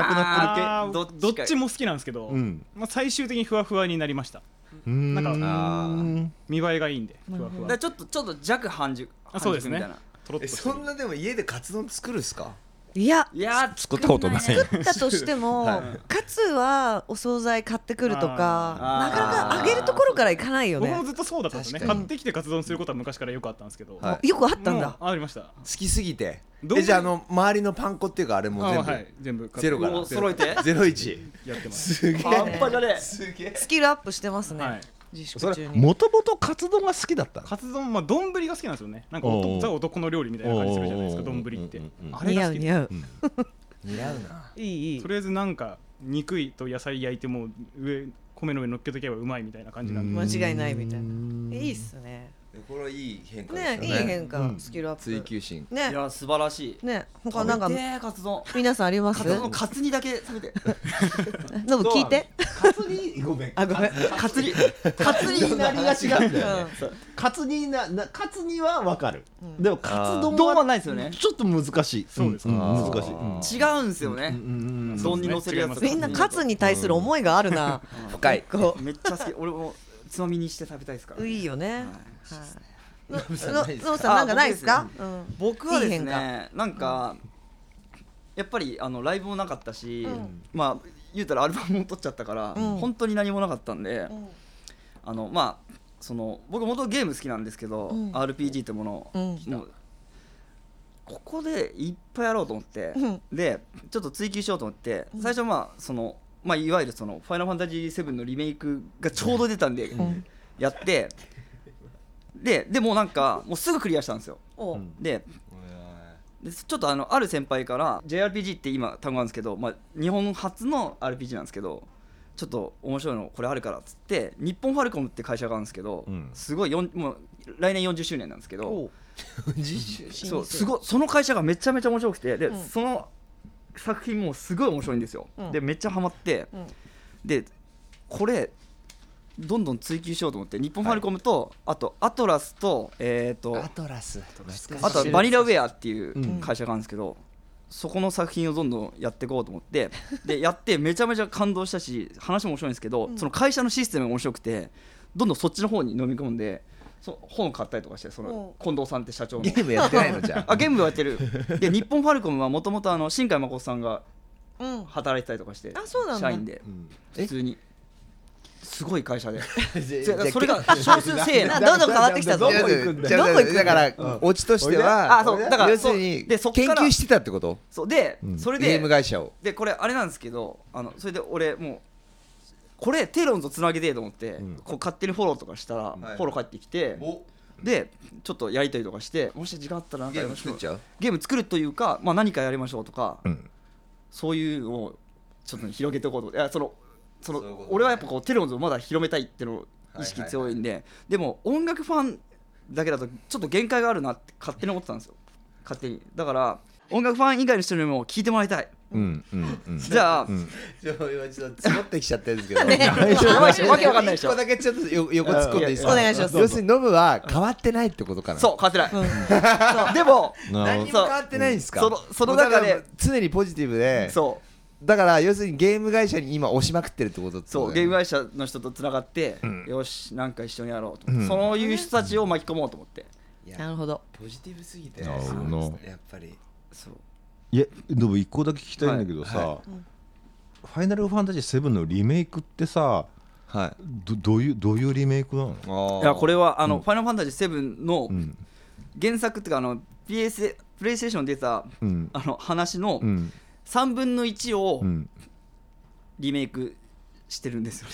[SPEAKER 3] てる
[SPEAKER 5] あー
[SPEAKER 4] ど
[SPEAKER 5] ど
[SPEAKER 4] っちか
[SPEAKER 5] どっちも好きなんですけど、
[SPEAKER 3] うん
[SPEAKER 5] まあ、最終的にふわふわになりました
[SPEAKER 3] 系な
[SPEAKER 5] なんか
[SPEAKER 7] あー
[SPEAKER 5] 見栄えがいいんでふわふ
[SPEAKER 4] だか
[SPEAKER 5] わ
[SPEAKER 4] らちょっとちょっと弱半熟
[SPEAKER 5] あそうですね
[SPEAKER 4] 半熟みたい
[SPEAKER 5] とろっと
[SPEAKER 7] え
[SPEAKER 5] して
[SPEAKER 7] そ
[SPEAKER 5] る
[SPEAKER 7] んなでも家でカツ丼作るんですか。
[SPEAKER 2] いや
[SPEAKER 4] ないやー
[SPEAKER 3] 作ったことない
[SPEAKER 4] 作ん
[SPEAKER 2] だとして
[SPEAKER 4] <laughs>
[SPEAKER 2] も、カツはお惣菜買ってくるとか
[SPEAKER 4] あ
[SPEAKER 2] な
[SPEAKER 4] ー
[SPEAKER 2] かなか揚げるところからいかないよ
[SPEAKER 5] 僕も
[SPEAKER 2] ね
[SPEAKER 5] ずっとそうだったんですね
[SPEAKER 7] 確か
[SPEAKER 5] 買
[SPEAKER 7] に
[SPEAKER 5] ってきて活動することは昔からよくあったんですけど、
[SPEAKER 7] はい
[SPEAKER 2] よくあったんだ
[SPEAKER 5] もうありました
[SPEAKER 7] 好きすぎて
[SPEAKER 5] どう
[SPEAKER 7] えじゃああの周りのパン粉っていうかあれもう
[SPEAKER 5] あ
[SPEAKER 7] 全
[SPEAKER 5] ー
[SPEAKER 7] 部、
[SPEAKER 5] はい全部
[SPEAKER 7] ゼロから
[SPEAKER 4] もう揃えて
[SPEAKER 7] ゼロ一
[SPEAKER 5] やってます
[SPEAKER 7] すげ
[SPEAKER 4] あんぱじゃね
[SPEAKER 7] すげえ
[SPEAKER 2] スキルアップしてますね、
[SPEAKER 5] はい
[SPEAKER 2] 自粛
[SPEAKER 3] そ
[SPEAKER 2] 中
[SPEAKER 3] れ
[SPEAKER 2] に
[SPEAKER 3] もともとカツ丼が好きだったの
[SPEAKER 5] カツ丼まあ丼が好きなんですよねなんか
[SPEAKER 3] おうお
[SPEAKER 5] 男
[SPEAKER 3] う
[SPEAKER 5] ザ男の料理みたいな感じするじゃないですか
[SPEAKER 3] おうおう
[SPEAKER 5] 丼って
[SPEAKER 3] うんうんうん
[SPEAKER 5] あれ
[SPEAKER 2] 似
[SPEAKER 5] が
[SPEAKER 2] 合う
[SPEAKER 5] 好き
[SPEAKER 2] 似
[SPEAKER 5] で
[SPEAKER 2] 合う、
[SPEAKER 7] 似合うない
[SPEAKER 2] いいい
[SPEAKER 5] とりあえずなんか肉と野菜焼いてもう上米の上に乗っけとけばうまいみたいな感じなんで
[SPEAKER 2] 間違いないみたいないいっすね
[SPEAKER 7] これはいい変化で
[SPEAKER 2] ね
[SPEAKER 7] すよ
[SPEAKER 2] い
[SPEAKER 7] ね
[SPEAKER 2] い変化、
[SPEAKER 1] うん
[SPEAKER 2] スキルアップ
[SPEAKER 7] 追求心
[SPEAKER 4] い
[SPEAKER 2] ね
[SPEAKER 4] や素晴らしい
[SPEAKER 2] ね他なんか
[SPEAKER 4] 食べてーカツ丼
[SPEAKER 2] 皆さんありま
[SPEAKER 4] カ
[SPEAKER 2] す
[SPEAKER 4] ツ丼のカツ煮だけ食べて
[SPEAKER 2] ノブ聞いて
[SPEAKER 3] カツにごめん
[SPEAKER 2] あごめん
[SPEAKER 4] カツ煮
[SPEAKER 3] カツになりが違うんだよね
[SPEAKER 2] うん
[SPEAKER 3] <laughs> カツにななカツにはわかる、
[SPEAKER 2] うん
[SPEAKER 3] でもカツ丼
[SPEAKER 4] 丼は
[SPEAKER 3] は
[SPEAKER 4] ないですよね
[SPEAKER 3] ちょっと難しい
[SPEAKER 5] そうです
[SPEAKER 3] ん
[SPEAKER 5] ね
[SPEAKER 3] ん難しい、
[SPEAKER 7] あー
[SPEAKER 4] 違うんですよね
[SPEAKER 3] うんうんうん
[SPEAKER 4] 丼に乗せるやつ
[SPEAKER 2] みんなカツに対する思いがあるな
[SPEAKER 7] 深い
[SPEAKER 2] こ
[SPEAKER 4] めっちゃ好き俺もつまみにして食べたいですから
[SPEAKER 2] ういいよね
[SPEAKER 4] はい
[SPEAKER 2] はいの
[SPEAKER 7] さ
[SPEAKER 2] の
[SPEAKER 7] んないですか
[SPEAKER 2] ノブさんなんかないです
[SPEAKER 4] あ
[SPEAKER 2] か
[SPEAKER 4] 僕
[SPEAKER 2] うん
[SPEAKER 4] 僕はです
[SPEAKER 2] いい変
[SPEAKER 4] ねなんかやっぱりあのライブもなかったし
[SPEAKER 2] うん
[SPEAKER 4] まあ言うたらアルバムも撮っちゃったから
[SPEAKER 2] うん
[SPEAKER 4] 本当に何もなかったんで
[SPEAKER 2] うん
[SPEAKER 4] あのまあその僕元々ゲーム好きなんですけど
[SPEAKER 2] うん
[SPEAKER 4] RPG ってものを
[SPEAKER 2] うん
[SPEAKER 4] もうここでいっぱいやろうと思って
[SPEAKER 2] うん
[SPEAKER 4] でちょっと追求しようと思って
[SPEAKER 2] うん
[SPEAKER 4] 最初まあそのまあいわゆるその「ファイナルファンタジー7」のリメイクがちょうど出たんで
[SPEAKER 2] ん
[SPEAKER 4] やってででもうなんかもうすぐクリアしたんですよ
[SPEAKER 2] お
[SPEAKER 4] ででちょっとあのある先輩から JRPG って今単語なんですけど、まあ、日本初の RPG なんですけどちょっと面白いのこれあるからっつって日本ファルコムって会社があるんですけど、
[SPEAKER 3] うん
[SPEAKER 4] すごいよんもう来年40周年なんですけどそうす
[SPEAKER 2] い
[SPEAKER 4] ごいその会社がめちゃめちゃ面白くてで、
[SPEAKER 2] うん
[SPEAKER 4] その作品もすごい面白いんですよ、
[SPEAKER 2] うん
[SPEAKER 4] でめっちゃハマって、
[SPEAKER 2] うん
[SPEAKER 4] でこれどんどん追求しようと思って日本ファルコムと、あとアトラスとえっ、と
[SPEAKER 9] トラス
[SPEAKER 4] あとはバニラウェアっていう
[SPEAKER 3] うん
[SPEAKER 4] 会社があるんですけど、そこの作品をどんどんやっていこうと思ってでやってめちゃめちゃ感動したし話も面白いんですけど、その会社のシステムが面白くてどんどんそっちの方に飲み込んでその本を買ったりとかしてその
[SPEAKER 2] う
[SPEAKER 4] 近藤さんって社長の
[SPEAKER 7] ゲ。ームやってないのじゃん
[SPEAKER 4] あゲームはやってるで日本ファルコムはもともと新海誠さんが
[SPEAKER 2] うん
[SPEAKER 4] 働いてたりとかして
[SPEAKER 2] あそうなんだ
[SPEAKER 4] 社員で
[SPEAKER 3] うん
[SPEAKER 4] 普通にすごい会社で
[SPEAKER 7] <laughs> じゃあ
[SPEAKER 4] それが少数精鋭
[SPEAKER 2] な
[SPEAKER 7] <laughs>
[SPEAKER 2] どんどん変わってきたぞ
[SPEAKER 7] じゃあ
[SPEAKER 2] どこ行くんだ
[SPEAKER 7] じゃあ
[SPEAKER 2] どこ行くんだ
[SPEAKER 7] だからオチとしては
[SPEAKER 4] あそうだから
[SPEAKER 7] 要するに
[SPEAKER 4] そう
[SPEAKER 7] 研
[SPEAKER 4] でそっから
[SPEAKER 7] 究してたってこと
[SPEAKER 4] そうで、それで
[SPEAKER 7] ゲーム会社を
[SPEAKER 4] でこれあれなんですけどあのそれで俺もうこれテロンとつなげてえと思って、
[SPEAKER 3] ん
[SPEAKER 4] こう勝手にフォローとかしたら、
[SPEAKER 7] ん
[SPEAKER 4] フォロー返ってきて、でちょっとやりたりとかしてもし時間あったらなんか
[SPEAKER 7] ゲ
[SPEAKER 4] や
[SPEAKER 7] ー
[SPEAKER 4] り
[SPEAKER 7] ム
[SPEAKER 4] ましょ
[SPEAKER 7] 作っ
[SPEAKER 4] う
[SPEAKER 7] ちゃう
[SPEAKER 4] ゲーム作るというか、まあ、何かやりましょうとか、
[SPEAKER 3] うん
[SPEAKER 4] そういうのをちょっと広げておこうといやそのその
[SPEAKER 7] そういうことね
[SPEAKER 4] 俺はやっぱこうテロンズをまだ広めたいっていうの意識強いんで、でも音楽ファンだけだとちょっと限界があるなって勝手に思ってたんですよ勝手にだから音楽ファン以外の人にも聞いてもらいたい
[SPEAKER 3] うんうんうん
[SPEAKER 4] じゃあ、
[SPEAKER 7] <laughs> ちょっと今ちょっと積もってきちゃってるんですけ
[SPEAKER 4] <laughs>
[SPEAKER 7] ど
[SPEAKER 4] わけわかんないでし
[SPEAKER 7] 一個
[SPEAKER 4] ょ
[SPEAKER 7] だけちょっとよ横突っ込んでいいですか
[SPEAKER 2] お願いします
[SPEAKER 7] 要するにノブは変わってないってことかな
[SPEAKER 4] そう変わって <laughs> ない、そうでも
[SPEAKER 7] 何にも変わってないんですか
[SPEAKER 4] そうそのその
[SPEAKER 7] もうだ
[SPEAKER 4] 中で
[SPEAKER 7] から常にポジティブで
[SPEAKER 4] そう
[SPEAKER 7] だから要するにゲーム会社に今押しまくってるってことって
[SPEAKER 4] そうゲーム会社の人とつながって、よしなんか一緒にやろうと思って、そういう人たちを巻き込もうと思って、
[SPEAKER 2] なるほど
[SPEAKER 7] ポジティブすぎて
[SPEAKER 3] なるほどな
[SPEAKER 7] やっぱり
[SPEAKER 4] そう
[SPEAKER 3] いやでも一個だけ聞きたいんだけどさ、ファイナルファンタジー7のリメイクってさ
[SPEAKER 7] はい
[SPEAKER 3] どどういうどういうリメイクなの
[SPEAKER 4] いやこ
[SPEAKER 7] れ
[SPEAKER 4] れはあの、ファイナルファンタジー7」の
[SPEAKER 3] うん
[SPEAKER 4] 原作っていうかあの PS プレイステーションで出た
[SPEAKER 3] うん
[SPEAKER 4] あの話の
[SPEAKER 3] うん
[SPEAKER 4] 3分の1を
[SPEAKER 3] うん
[SPEAKER 4] リメイクしてるんですよね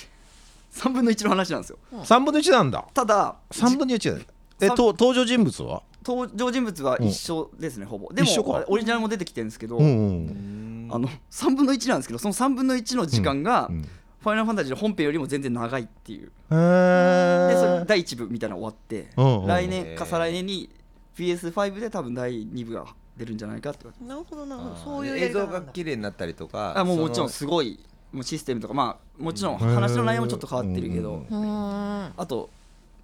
[SPEAKER 4] 3分の1の話なんですよ
[SPEAKER 3] 3分の1なんだ
[SPEAKER 4] ただ
[SPEAKER 3] 3分の1だえ
[SPEAKER 4] さん
[SPEAKER 3] と登場人物は
[SPEAKER 4] 登場人物は一緒ですね、ほぼでも
[SPEAKER 3] 一緒か
[SPEAKER 4] オリジナルも出てきてるんですけど、
[SPEAKER 3] うんうん
[SPEAKER 4] あの3分の1なんですけどその3分の1の時間が「
[SPEAKER 3] うん
[SPEAKER 4] ファイナルファンタジー」の本編よりも全然長いっていう
[SPEAKER 3] へ
[SPEAKER 4] でそ
[SPEAKER 3] え
[SPEAKER 4] れ第1部みたいなの終わって
[SPEAKER 3] うんうん
[SPEAKER 4] 来年か再来年に PS5 で多分第2部が出るんじゃないかって
[SPEAKER 2] なるほどなるほどそういうや
[SPEAKER 7] 映
[SPEAKER 2] り方
[SPEAKER 7] 像
[SPEAKER 2] な
[SPEAKER 7] が
[SPEAKER 2] んだ
[SPEAKER 7] 綺麗になったりとか
[SPEAKER 4] あもう
[SPEAKER 7] その
[SPEAKER 4] もちろんすごいもうシステムとかまあもちろん話の内容もちょっと変わってるけ
[SPEAKER 3] う
[SPEAKER 4] ど
[SPEAKER 2] うーん
[SPEAKER 4] あと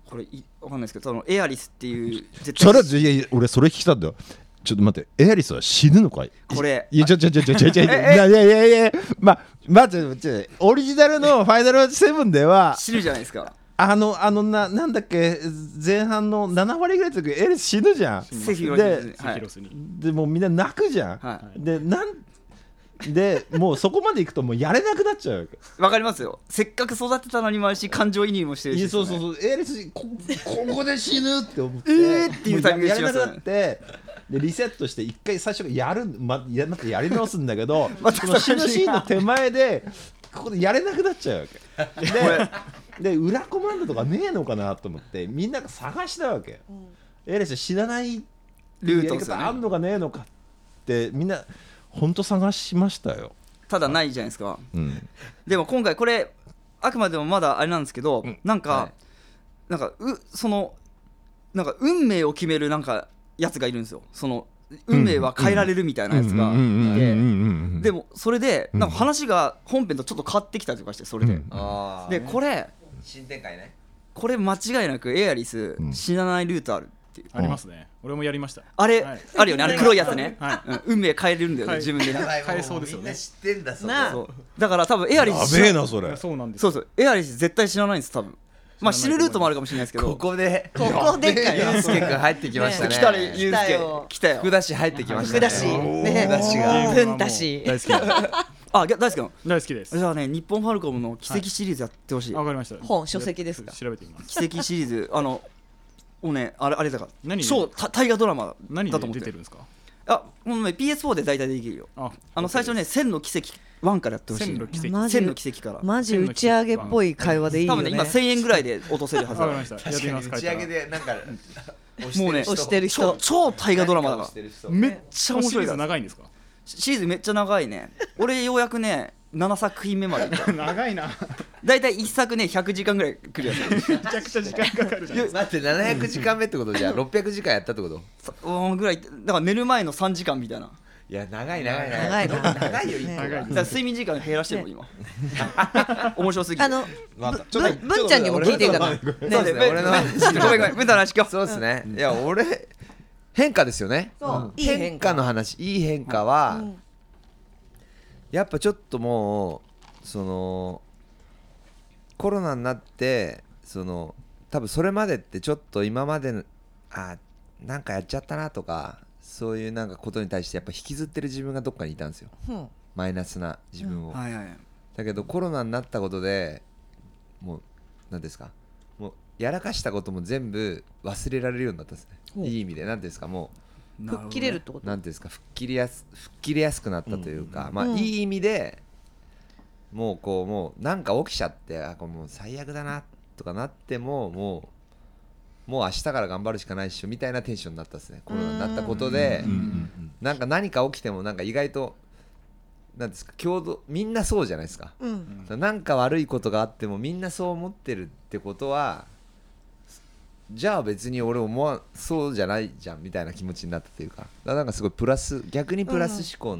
[SPEAKER 4] これいわかんないですけどそのエアリスっていう絶
[SPEAKER 3] それはいやいや俺それ聞きたんだよちょっと待ってエアリスは死ぬのかい
[SPEAKER 4] これ
[SPEAKER 3] いやちょちょちょちょちょちょい
[SPEAKER 4] ええ
[SPEAKER 3] やいやいやいやままずちょオリジナルの「ファイナル7」では
[SPEAKER 4] 死ぬじゃないですか
[SPEAKER 3] あの、あのな、なんだっけ、前半の7割ぐらいの時、エリス死ぬじゃん。
[SPEAKER 4] セフィロス
[SPEAKER 3] で
[SPEAKER 4] に、はい
[SPEAKER 5] 広瀬に
[SPEAKER 3] でもうみんな泣くじゃん。
[SPEAKER 4] は
[SPEAKER 3] で、なん、で、もうそこまで行くと、もうやれなくなっちゃうわけ。
[SPEAKER 4] いわかりますよせっかく育てたのにもあるし感情移入もしてる
[SPEAKER 3] いや
[SPEAKER 4] し
[SPEAKER 3] そうそうそう、エリス、こ、ここで死ぬって思って。
[SPEAKER 4] えーっていうタイミング
[SPEAKER 3] もや
[SPEAKER 4] で死
[SPEAKER 3] や
[SPEAKER 4] にま
[SPEAKER 3] れなく
[SPEAKER 4] すよ
[SPEAKER 3] な
[SPEAKER 4] ね
[SPEAKER 3] って。でリセットして一回最初からやるまやまたやり直すんだけど
[SPEAKER 4] <laughs> また
[SPEAKER 3] その死ぬシーンの手前でここでやれなくなっちゃうわけ
[SPEAKER 4] <laughs>
[SPEAKER 3] でで裏コマンドとかねえのかなと思ってみんなが探したわけ、エレス死なない
[SPEAKER 4] ルー
[SPEAKER 3] や
[SPEAKER 4] ト
[SPEAKER 3] り
[SPEAKER 4] ですよ
[SPEAKER 3] 方
[SPEAKER 4] ね
[SPEAKER 3] あんのかねえのかってみんな本当探しましたよ、
[SPEAKER 4] ただないじゃないですか
[SPEAKER 3] うん、
[SPEAKER 4] でも今回これあくまでもまだあれなんですけど、なんか、なんかうそのなんか運命を決めるなんかやつがいるんですよその運命は変えられるみたいなやつがいてでもそれでなんか話が本編とちょっと変わってきたりとかしてそれで
[SPEAKER 7] あ
[SPEAKER 4] でこれ
[SPEAKER 7] 新展開ね
[SPEAKER 4] これ間違いなくエアリス死なないルートあるっていう
[SPEAKER 5] ありますね俺もやりました
[SPEAKER 4] あれ
[SPEAKER 5] はい
[SPEAKER 4] あるよねあの黒いやつね
[SPEAKER 5] はい
[SPEAKER 4] うん運命変えれるんだよね
[SPEAKER 5] はい
[SPEAKER 4] 自分でね
[SPEAKER 5] 買えそうですよね
[SPEAKER 7] ってんだそれ
[SPEAKER 2] なあ
[SPEAKER 4] そうだから多分エアリス
[SPEAKER 3] やべえなそ
[SPEAKER 5] いや
[SPEAKER 3] れ
[SPEAKER 5] そうなんです
[SPEAKER 4] そうそうエアリス絶対死なないんです多分まあ
[SPEAKER 5] 死
[SPEAKER 4] 死
[SPEAKER 5] なな
[SPEAKER 4] ぬ
[SPEAKER 5] い
[SPEAKER 4] ルートもあるかもしれないですけど
[SPEAKER 7] こで
[SPEAKER 2] ここでかよ
[SPEAKER 7] ユースケ君入ってきましたね
[SPEAKER 4] 来たねユ
[SPEAKER 2] 来
[SPEAKER 4] ース
[SPEAKER 2] た
[SPEAKER 4] ケ
[SPEAKER 2] よ
[SPEAKER 4] 来たよ
[SPEAKER 7] 福田氏入ってきました
[SPEAKER 2] 福田氏ね
[SPEAKER 7] 福田氏が
[SPEAKER 2] ふんだし
[SPEAKER 5] 大好きです
[SPEAKER 4] あいや大好きなの
[SPEAKER 5] 大好きです <laughs>
[SPEAKER 4] じゃあね日本ファルコムの奇跡シリーズやってほしい、
[SPEAKER 5] わかりました
[SPEAKER 2] 本書籍ですか
[SPEAKER 5] 調べてみます
[SPEAKER 4] 奇跡シリーズあのをねあれあれだから
[SPEAKER 5] 何
[SPEAKER 4] 超た大河ドラマ
[SPEAKER 5] 何
[SPEAKER 4] だ
[SPEAKER 5] で
[SPEAKER 4] と思って
[SPEAKER 5] 出てる
[SPEAKER 4] る
[SPEAKER 5] んですか
[SPEAKER 4] あもうね PS4 で大体できるよ
[SPEAKER 5] あ
[SPEAKER 4] あの最初ね「千の奇跡1」からやってほしい
[SPEAKER 5] 線路
[SPEAKER 4] 千
[SPEAKER 5] 奇跡
[SPEAKER 2] マジ
[SPEAKER 4] の奇跡から
[SPEAKER 2] マジ打ち上げっぽい会話でいい
[SPEAKER 4] 多
[SPEAKER 2] よ
[SPEAKER 4] 分ね
[SPEAKER 2] ね
[SPEAKER 4] 今1000円ぐらいで落とせるはず
[SPEAKER 5] わかりま
[SPEAKER 4] だ
[SPEAKER 5] したやってみます書いたら
[SPEAKER 7] でなん
[SPEAKER 2] <laughs>
[SPEAKER 7] か
[SPEAKER 4] もうね
[SPEAKER 2] 押してる
[SPEAKER 4] 超
[SPEAKER 2] 人
[SPEAKER 4] 超大河ドラマだからめっちゃ面
[SPEAKER 5] シリ
[SPEAKER 4] 白い
[SPEAKER 5] ー
[SPEAKER 4] か
[SPEAKER 5] ズ
[SPEAKER 4] ら
[SPEAKER 5] 長いんですか
[SPEAKER 4] シシリーズめっちゃ長いね俺ようやくね7作品目まで行った
[SPEAKER 5] 長いな
[SPEAKER 4] 大体1作ね100時間ぐらいクリアする
[SPEAKER 5] めちゃくちゃ時間かか <laughs> るじゃん
[SPEAKER 7] 待って700時間目ってことじゃあ600時間やったってこと
[SPEAKER 4] うんぐらいだから寝る前の3時間みたいなだか
[SPEAKER 7] いや長い長い
[SPEAKER 2] 長いな
[SPEAKER 7] 長いよ一個
[SPEAKER 2] ね
[SPEAKER 7] が
[SPEAKER 4] ら睡眠時間減らしてるもん今 <laughs> 面白すぎて
[SPEAKER 2] あの
[SPEAKER 7] また
[SPEAKER 2] ぶんぶんちゃんにも聞いていいかな
[SPEAKER 7] そうですね俺の <laughs>
[SPEAKER 4] ごめんごめん無駄な話今日
[SPEAKER 7] そうですねいや俺変化ですよね
[SPEAKER 2] そういい変化
[SPEAKER 7] 変化の話いい変化はやっぱちょっともうそのコロナになってその多分それまでってちょっと今までのあなんかやっちゃったなとかそういうなんかことに対してやっぱ引きずってる自分がどっかにいたんですよ
[SPEAKER 2] うん
[SPEAKER 7] マイナスな自分を、
[SPEAKER 4] はいはい
[SPEAKER 7] だけどコロナになったことでもう何ですかもうやらかしたことも全部忘れられるようになったんです
[SPEAKER 2] ほう
[SPEAKER 7] ねいい意味で何ですかも
[SPEAKER 2] 吹っ切れるってこ
[SPEAKER 7] う
[SPEAKER 2] と
[SPEAKER 7] 何ですか吹っ切りやす吹っ切りやすくなったというか、まあ、
[SPEAKER 2] うん
[SPEAKER 7] いい意味でもうこうもうなんか起きちゃってあこれもう最悪だなとかなってももうもう明日から頑張るしかないっしょみたいなテンションになったですねコロナになったことでなんか何か起きてもなんか意外と何ですか共同みんなそうじゃないですか
[SPEAKER 2] うん
[SPEAKER 7] なんか悪いことがあってもみんなそう思ってるってことはじゃあ別に俺思わそうじゃないじゃんみたいな気持ちになったというかだからなんかすごいプラス逆にプラス思考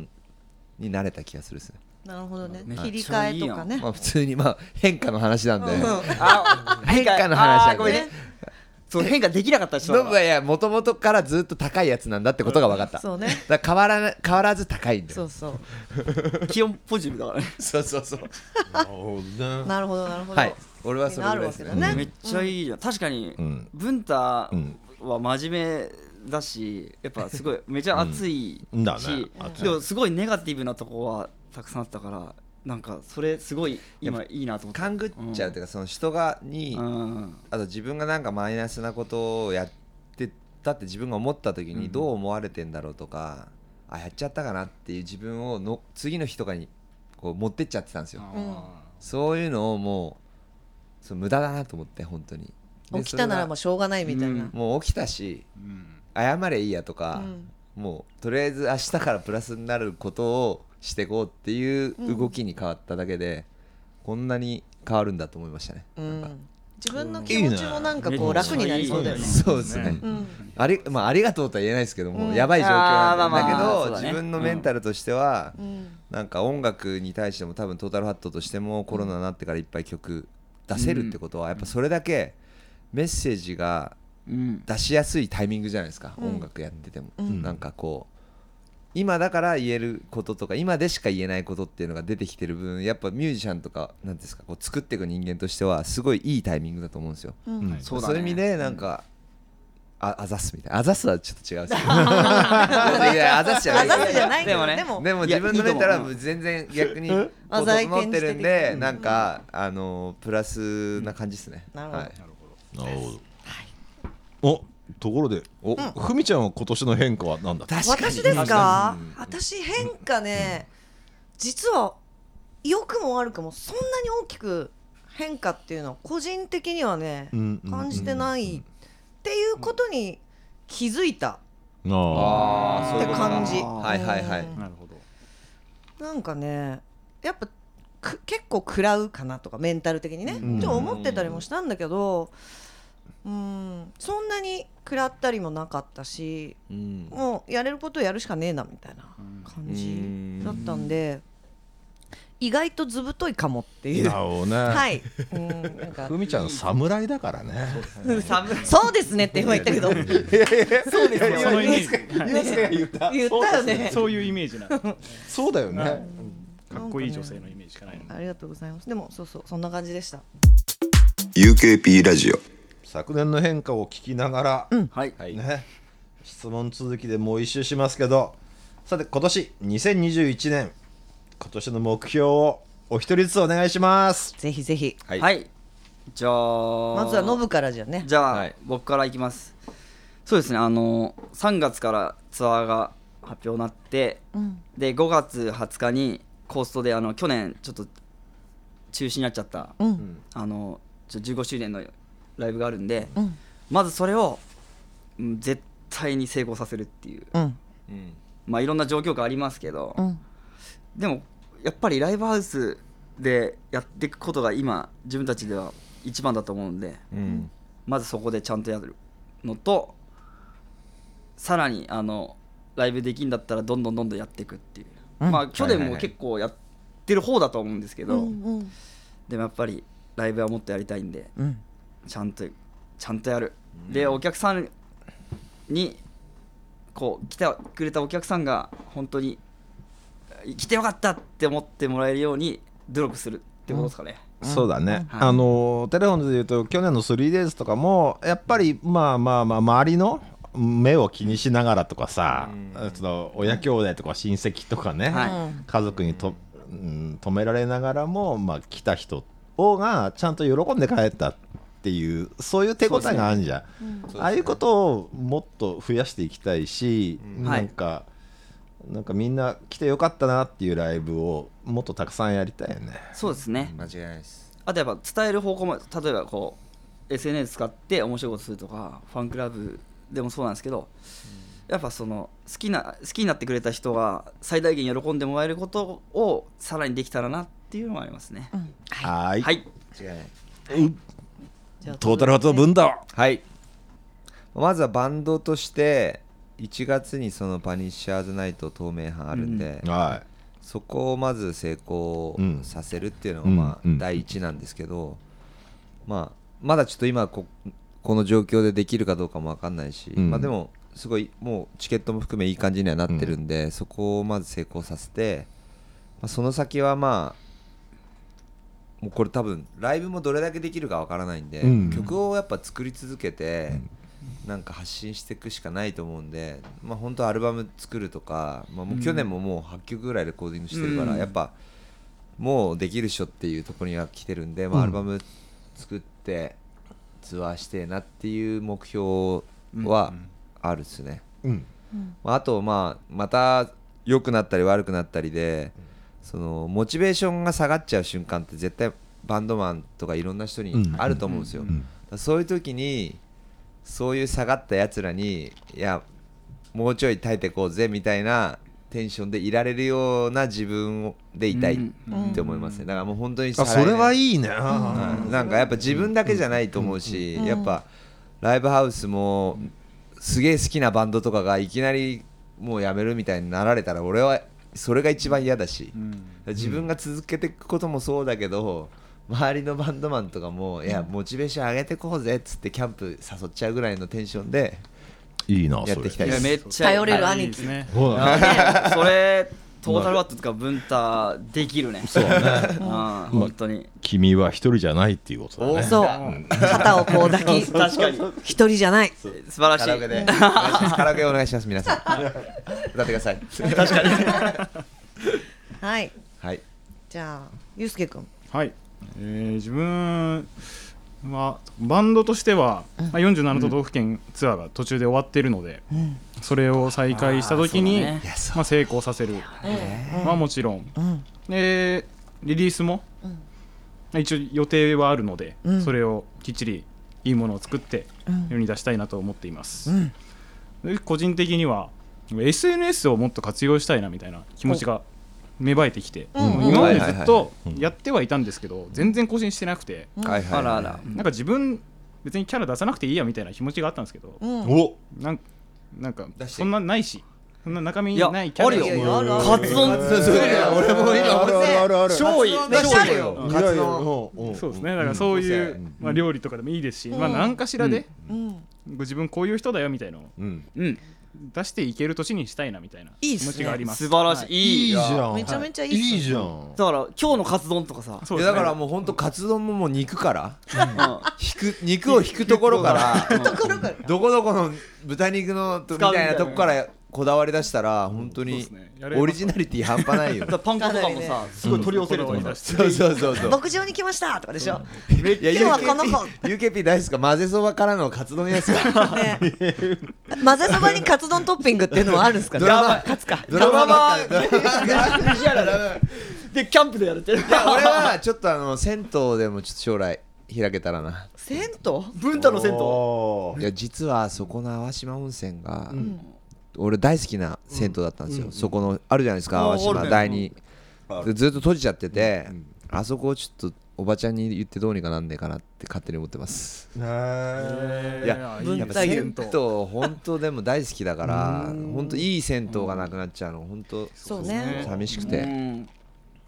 [SPEAKER 7] になれた気がするですね、
[SPEAKER 2] なるほどね
[SPEAKER 4] めっちゃ
[SPEAKER 2] 切り替えとかね
[SPEAKER 7] まあ普通にまあ変化の話なんで、 <laughs>
[SPEAKER 2] うん
[SPEAKER 4] あ
[SPEAKER 7] 変化の話
[SPEAKER 4] あーご
[SPEAKER 7] なん
[SPEAKER 4] め
[SPEAKER 7] で
[SPEAKER 4] ん
[SPEAKER 7] ね
[SPEAKER 4] ねそう変化できなかった人
[SPEAKER 7] ノ
[SPEAKER 4] だ
[SPEAKER 7] ブ
[SPEAKER 4] か
[SPEAKER 7] は
[SPEAKER 4] ら
[SPEAKER 7] いやもともとからずっと高いやつなんだってことが分かった、
[SPEAKER 2] そうね
[SPEAKER 7] だから変わらな変わらず高いんだ
[SPEAKER 2] そ
[SPEAKER 7] よ
[SPEAKER 2] うそ
[SPEAKER 4] 気温ポジティブだからね
[SPEAKER 7] そうそうそう
[SPEAKER 2] うなるほどなるほど
[SPEAKER 7] はい俺はそれぐらいです
[SPEAKER 2] なるわけだね
[SPEAKER 7] ね
[SPEAKER 4] めっちゃいいじゃん確かに
[SPEAKER 3] ん
[SPEAKER 4] 文太は真面目だしやっぱすごいめちゃ熱い
[SPEAKER 3] うんだね
[SPEAKER 4] し
[SPEAKER 3] 熱い
[SPEAKER 4] でもすごいネガティブなとこはたくさんあったからなんかそれすごい今いいなと思って
[SPEAKER 7] 勘ぐっちゃうというかその人がに、
[SPEAKER 4] うん
[SPEAKER 7] あと自分がなんかマイナスなことをやってたって自分が思った時にどう思われてんだろうとか、あやっちゃったかなっていう自分をの次の日とかにこう持ってっちゃってたんですよ、そういうのをもうそう無駄だなと思って本当にで
[SPEAKER 2] 起きたならもう
[SPEAKER 7] そ
[SPEAKER 2] しょうがないみたいな
[SPEAKER 7] れがもう起きたし
[SPEAKER 5] うん
[SPEAKER 7] 謝れいいやとか、
[SPEAKER 2] うん
[SPEAKER 7] もうとりあえず明日からプラスになることをしていこうっていう動きに変わっただけで、こんなに変わるんだと思いましたね、
[SPEAKER 2] う
[SPEAKER 7] なんか
[SPEAKER 2] ん自分の気持ちもなんかこう楽になりそうだよね
[SPEAKER 7] そうですね、
[SPEAKER 2] うん
[SPEAKER 7] ありまあ、ありがとうとは言えないですけども、
[SPEAKER 2] うん
[SPEAKER 7] やばい状況なんだ,、
[SPEAKER 4] あーまあまあ
[SPEAKER 7] だけど
[SPEAKER 4] そうだね
[SPEAKER 7] 自分のメンタルとしては、
[SPEAKER 2] うん
[SPEAKER 7] なんか音楽に対しても多分トータルハットとしてもコロナになってからいっぱい曲出せるってことは、やっぱそれだけメッセージが
[SPEAKER 4] うん
[SPEAKER 7] 出しやすいタイミングじゃないですか、
[SPEAKER 2] うん
[SPEAKER 7] 音楽やってても、
[SPEAKER 2] うん
[SPEAKER 7] なんかこう今だから言えることとか今でしか言えないことっていうのが出てきてる分やっぱミュージシャンとかなんていうんですかこう作っていく人間としてはすごいいいタイミングだと思うんですよ。
[SPEAKER 2] うん
[SPEAKER 5] はい
[SPEAKER 4] そうだ
[SPEAKER 7] そう
[SPEAKER 4] ね
[SPEAKER 7] いう意味でなんか、ああざすみたいなあざすはちょ
[SPEAKER 2] <laughs>
[SPEAKER 7] っと違うですけどいやあざすじゃな
[SPEAKER 2] あ
[SPEAKER 7] い
[SPEAKER 2] ざすじゃないけど
[SPEAKER 4] でもね
[SPEAKER 2] でも
[SPEAKER 7] でも
[SPEAKER 4] いや
[SPEAKER 7] 自分のメンタル
[SPEAKER 4] いいと思
[SPEAKER 7] は全然逆にこ
[SPEAKER 2] あ
[SPEAKER 7] う
[SPEAKER 2] ざいけん
[SPEAKER 7] 整ってるん
[SPEAKER 2] してて
[SPEAKER 7] でなんかあのプラスな感じですね、
[SPEAKER 2] うんなるほど
[SPEAKER 7] はい、
[SPEAKER 3] なるほどおところでおふみちゃんは今年の変化は何だった
[SPEAKER 7] 確
[SPEAKER 2] 私ですか私変化ね実は良くも悪くもそんなに大きく変化っていうのは個人的にはね
[SPEAKER 3] うんうん
[SPEAKER 2] 感じてないっていうことに気づいた
[SPEAKER 3] あ
[SPEAKER 7] ああそう
[SPEAKER 2] って
[SPEAKER 7] いうことか
[SPEAKER 2] 感じ
[SPEAKER 7] はいはいはい
[SPEAKER 2] うん
[SPEAKER 5] なるほど
[SPEAKER 2] なんかねやっぱく結構食らうかなとかメンタル的にね、
[SPEAKER 7] うん
[SPEAKER 2] ちょっと思ってたりもしたんだけどうんそんなに食らったりもなかったし
[SPEAKER 7] うん
[SPEAKER 2] もうやれることやるしかねえなみたいな感じだったんで意外とずぶといかもっていう
[SPEAKER 3] なるほどね、
[SPEAKER 2] はい、うん、なんか
[SPEAKER 3] ふみちゃん侍だからね
[SPEAKER 2] そうですねって今言ったけど言っ
[SPEAKER 5] そうですそのイメージはい
[SPEAKER 3] ユースケが言った
[SPEAKER 2] たよね
[SPEAKER 5] そういうイメージなんで
[SPEAKER 3] そうだよね、
[SPEAKER 5] はいかっこいい女性のイメージしかないので
[SPEAKER 2] ありがとうございますでもそうそうそんな感じでした
[SPEAKER 6] UKP ラジオ
[SPEAKER 3] 昨年の変化を聞きながら、
[SPEAKER 4] はい
[SPEAKER 3] ね、質問続きでもう一周しますけどさて今年2021年今年の目標をお一人ずつお願いします
[SPEAKER 2] ぜひぜひ
[SPEAKER 7] はい
[SPEAKER 4] はいじゃあ
[SPEAKER 2] まずはノブからじゃね
[SPEAKER 4] じゃあ、
[SPEAKER 7] はい
[SPEAKER 4] 僕からいきますそうですねあの3月からツアーが発表になって
[SPEAKER 2] うん
[SPEAKER 4] で5月20日にコーストであの去年ちょっと中止になっちゃった
[SPEAKER 2] うん
[SPEAKER 4] あのちょ15周年のライブがあるんで、
[SPEAKER 2] うん
[SPEAKER 4] まずそれを、うん絶対に成功させるっていう
[SPEAKER 2] うん
[SPEAKER 7] うん
[SPEAKER 4] まあいろんな状況がありますけど、
[SPEAKER 2] うん
[SPEAKER 4] でもやっぱりライブハウスでやっていくことが今自分たちでは一番だと思うんで
[SPEAKER 7] うん
[SPEAKER 4] まずそこでちゃんとやるのとさらにあのライブできんだったらどんどんどんどんやっていくっていう、
[SPEAKER 2] うん
[SPEAKER 4] まあ去
[SPEAKER 7] はい
[SPEAKER 4] 年
[SPEAKER 7] はい
[SPEAKER 4] も
[SPEAKER 7] はい
[SPEAKER 4] 結構やってる方だと思うんですけ
[SPEAKER 2] う
[SPEAKER 4] ど、
[SPEAKER 2] ん
[SPEAKER 4] でもやっぱりライブはもっとやりたいんで
[SPEAKER 2] うん
[SPEAKER 4] ちゃんとちゃんとやる、でお客さんにこう来てくれたお客さんが本当に来てよかったって思ってもらえるように努力するってことですかね、
[SPEAKER 3] そうだね、
[SPEAKER 4] はい
[SPEAKER 3] あのテレフォンで言うと去年の 3days とかもやっぱりまあまあまあ周りの目を気にしながらとかさ、その親兄弟とか親戚とかね、
[SPEAKER 4] は
[SPEAKER 3] 家族にと、うん、止められながらも、まあ、来た人をがちゃんと喜んで帰ったっていうそういう手応えがあるんじゃん、ああいうことをもっと増やしていきたいし、
[SPEAKER 4] はい
[SPEAKER 3] なんか、なんかみんな来てよかったなっていうライブをもっとたくさんやりたいよね。
[SPEAKER 4] そうですね、
[SPEAKER 7] 間違いないです
[SPEAKER 4] あとやっぱ伝える方向も例えばこう SNS 使って面白いことするとかファンクラブでもそうなんですけど、やっぱその好きな好きになってくれた人が最大限喜んでもらえることをさらにできたらなっていうのもありますね、
[SPEAKER 3] はーい
[SPEAKER 4] はい
[SPEAKER 7] 間違いない
[SPEAKER 2] じゃあ
[SPEAKER 1] トータルハートの分だ
[SPEAKER 7] はいまずはバンドとして1月にそのパニッシャーズナイト透明版あるんで、
[SPEAKER 3] は
[SPEAKER 7] そこをまず成功
[SPEAKER 3] うん
[SPEAKER 7] させるっていうのがまあ
[SPEAKER 3] うんうん
[SPEAKER 7] 第一なんですけど、まあ、まだちょっと今ここの状況でできるかどうかも分かんないし、
[SPEAKER 3] うん
[SPEAKER 7] まあ、でもすごいもうチケットも含めいい感じにはなってるんで、そこをまず成功させて、まあ、その先はまあもうこれ多分ライブもどれだけできるか分からないんで、
[SPEAKER 3] うん
[SPEAKER 7] 曲をやっぱ作り続けて、なんか発信していくしかないと思うんで、まあ、本当アルバム作るとか、まあ、もう去年ももう8曲ぐらいレコーディングしてるから、
[SPEAKER 4] うん
[SPEAKER 7] やっぱもうできるっしょっていうところには来てるんで、まあ、アルバム作ってツアーしてえなっていう目標はあるっすね、
[SPEAKER 3] い。うん。
[SPEAKER 7] まあ、あとまあまた良くなったり悪くなったりでそのモチベーションが下がっちゃう瞬間って絶対バンドマンとかいろんな人にあると思うんですよ、だからそういう時にそういう下がったやつらにいやもうちょい耐えてこうぜみたいなテンションでいられるような自分でいたいって思いますねだからもう本当に
[SPEAKER 3] あ、それはいいいね。
[SPEAKER 7] なんかやっぱ自分だけじゃないと思うし、やっぱライブハウスもすげえ好きなバンドとかがいきなりもうやめるみたいになられたら俺はそれが一番嫌だし、自分が続けていくこともそうだけど周りのバンドマンとかもいやモチベーション上げてこうぜっつってキャンプ誘っちゃうぐらいのテンションで
[SPEAKER 3] いいな、
[SPEAKER 7] やっていきたい
[SPEAKER 4] い
[SPEAKER 7] で
[SPEAKER 4] や
[SPEAKER 7] す
[SPEAKER 4] めっちゃ
[SPEAKER 2] 頼れる
[SPEAKER 4] はい
[SPEAKER 2] 兄貴
[SPEAKER 5] いいですね
[SPEAKER 3] そうだね
[SPEAKER 4] それトータルワットとか文太できるねそうね本当に
[SPEAKER 1] 君は一人じゃないっていうことだね
[SPEAKER 2] そう肩をこう抱き
[SPEAKER 4] 確かに
[SPEAKER 2] 一人じゃない
[SPEAKER 4] 素晴ら
[SPEAKER 7] カ
[SPEAKER 4] し
[SPEAKER 7] ラオケ
[SPEAKER 4] い
[SPEAKER 7] でカラオケお願いします皆
[SPEAKER 4] <laughs>
[SPEAKER 7] さん歌ってください
[SPEAKER 2] はい
[SPEAKER 7] はい
[SPEAKER 2] じゃあゆうすけくん
[SPEAKER 5] はい、えー自分はバンドとしては、まあ、47都道府県ツアーが途中で終わっているので、それを再開した時に、
[SPEAKER 4] あーそうだねい
[SPEAKER 5] まあ、成功させるまあ、もちろん、でリリースも、まあ一応予定はあるので、
[SPEAKER 2] ん
[SPEAKER 5] それをきっちりいいものを作って世に出したいなと思っています、で個人的には SNS をもっと活用したいなみたいな気持ちが芽生えてきて、今までずっとやってはいたんですけど、全然更新してなくて、
[SPEAKER 7] はいはい
[SPEAKER 4] あらあら
[SPEAKER 5] なんか自分別にキャラ出さなくていいやみたいな気持ちがあったんですけど
[SPEAKER 2] うん
[SPEAKER 3] お
[SPEAKER 5] なんなんか
[SPEAKER 7] 出して
[SPEAKER 5] そんなないしそんな中身
[SPEAKER 4] いや
[SPEAKER 5] ないキャラ
[SPEAKER 4] あるよ
[SPEAKER 2] いやいやあるある
[SPEAKER 4] カツ丼
[SPEAKER 7] 俺も今思って
[SPEAKER 3] るある
[SPEAKER 4] 勝利
[SPEAKER 2] カツ丼
[SPEAKER 4] 勝利
[SPEAKER 2] いやいや
[SPEAKER 7] カツ丼
[SPEAKER 3] 丼
[SPEAKER 5] そうですねだからそういう、
[SPEAKER 7] う
[SPEAKER 5] まあ、料理とかでもいいですし、
[SPEAKER 2] うん
[SPEAKER 5] まあ何かしらで、
[SPEAKER 2] うん
[SPEAKER 5] ご自分こういう人だよみたいなのを
[SPEAKER 3] うん
[SPEAKER 4] うん
[SPEAKER 5] 出していける年にしたいなみたいない
[SPEAKER 2] いっ
[SPEAKER 5] 気
[SPEAKER 2] すね
[SPEAKER 5] 持ちがあります
[SPEAKER 4] 素晴らし
[SPEAKER 5] はい
[SPEAKER 4] いい
[SPEAKER 3] いいじゃん
[SPEAKER 2] めちゃめちゃいいっすね
[SPEAKER 3] いいじゃん
[SPEAKER 4] だから今日のカツ丼とかさ
[SPEAKER 5] い、そう
[SPEAKER 7] い
[SPEAKER 5] で
[SPEAKER 7] や
[SPEAKER 5] す
[SPEAKER 7] だ
[SPEAKER 5] ね
[SPEAKER 7] からもう本当カツ丼ももう肉から
[SPEAKER 4] うん
[SPEAKER 7] 引く肉を引くところから
[SPEAKER 4] うん
[SPEAKER 2] ところから
[SPEAKER 7] どこどこの豚肉のとみ
[SPEAKER 4] 使うみ
[SPEAKER 7] た
[SPEAKER 4] たい
[SPEAKER 7] いな
[SPEAKER 4] な
[SPEAKER 7] とこからこだわり出したら本当に
[SPEAKER 5] そうですねやれます
[SPEAKER 7] オリジナリティ半端
[SPEAKER 5] <laughs>
[SPEAKER 7] ないよ
[SPEAKER 4] だからパン粉とかもさすごい取り寄せると
[SPEAKER 5] う
[SPEAKER 4] か
[SPEAKER 5] ん
[SPEAKER 4] さ
[SPEAKER 7] そうそうそうそう
[SPEAKER 2] 牧場に来ましたとかでしょ
[SPEAKER 7] めっ
[SPEAKER 2] 今日はこの子
[SPEAKER 7] UKP 大好きか混ぜそばからのカツ丼です
[SPEAKER 5] <laughs>
[SPEAKER 7] か
[SPEAKER 2] ね混ぜそばにカツ丼トッピングっていうのはあるんですかね
[SPEAKER 7] ドラマ
[SPEAKER 2] カツか
[SPEAKER 7] ドラマばっかり
[SPEAKER 4] ドラマばっかりいやだからでキャンプでやれてる
[SPEAKER 7] いや俺はちょっとあの銭湯でもちょっと将来開けたらな
[SPEAKER 2] 銭湯
[SPEAKER 4] 文太の銭湯
[SPEAKER 3] おー
[SPEAKER 7] いや実はそこの淡島温泉が、俺大好きな銭湯だったんですよ、そこのあるじゃないですか
[SPEAKER 4] あ
[SPEAKER 7] 淡
[SPEAKER 4] あ
[SPEAKER 7] 島
[SPEAKER 4] るね
[SPEAKER 7] 第二でずっと閉じちゃってて、あそこをちょっとおばちゃんに言ってどうにかなんねえかなって勝手に思ってます
[SPEAKER 5] えー
[SPEAKER 7] いや
[SPEAKER 5] い
[SPEAKER 7] やっぱ
[SPEAKER 5] いい
[SPEAKER 7] 銭湯
[SPEAKER 5] ですね
[SPEAKER 7] 本当でも大好きだから本当いい銭湯がなくなっちゃうの本当
[SPEAKER 2] そうね
[SPEAKER 7] 寂しくて、
[SPEAKER 4] うん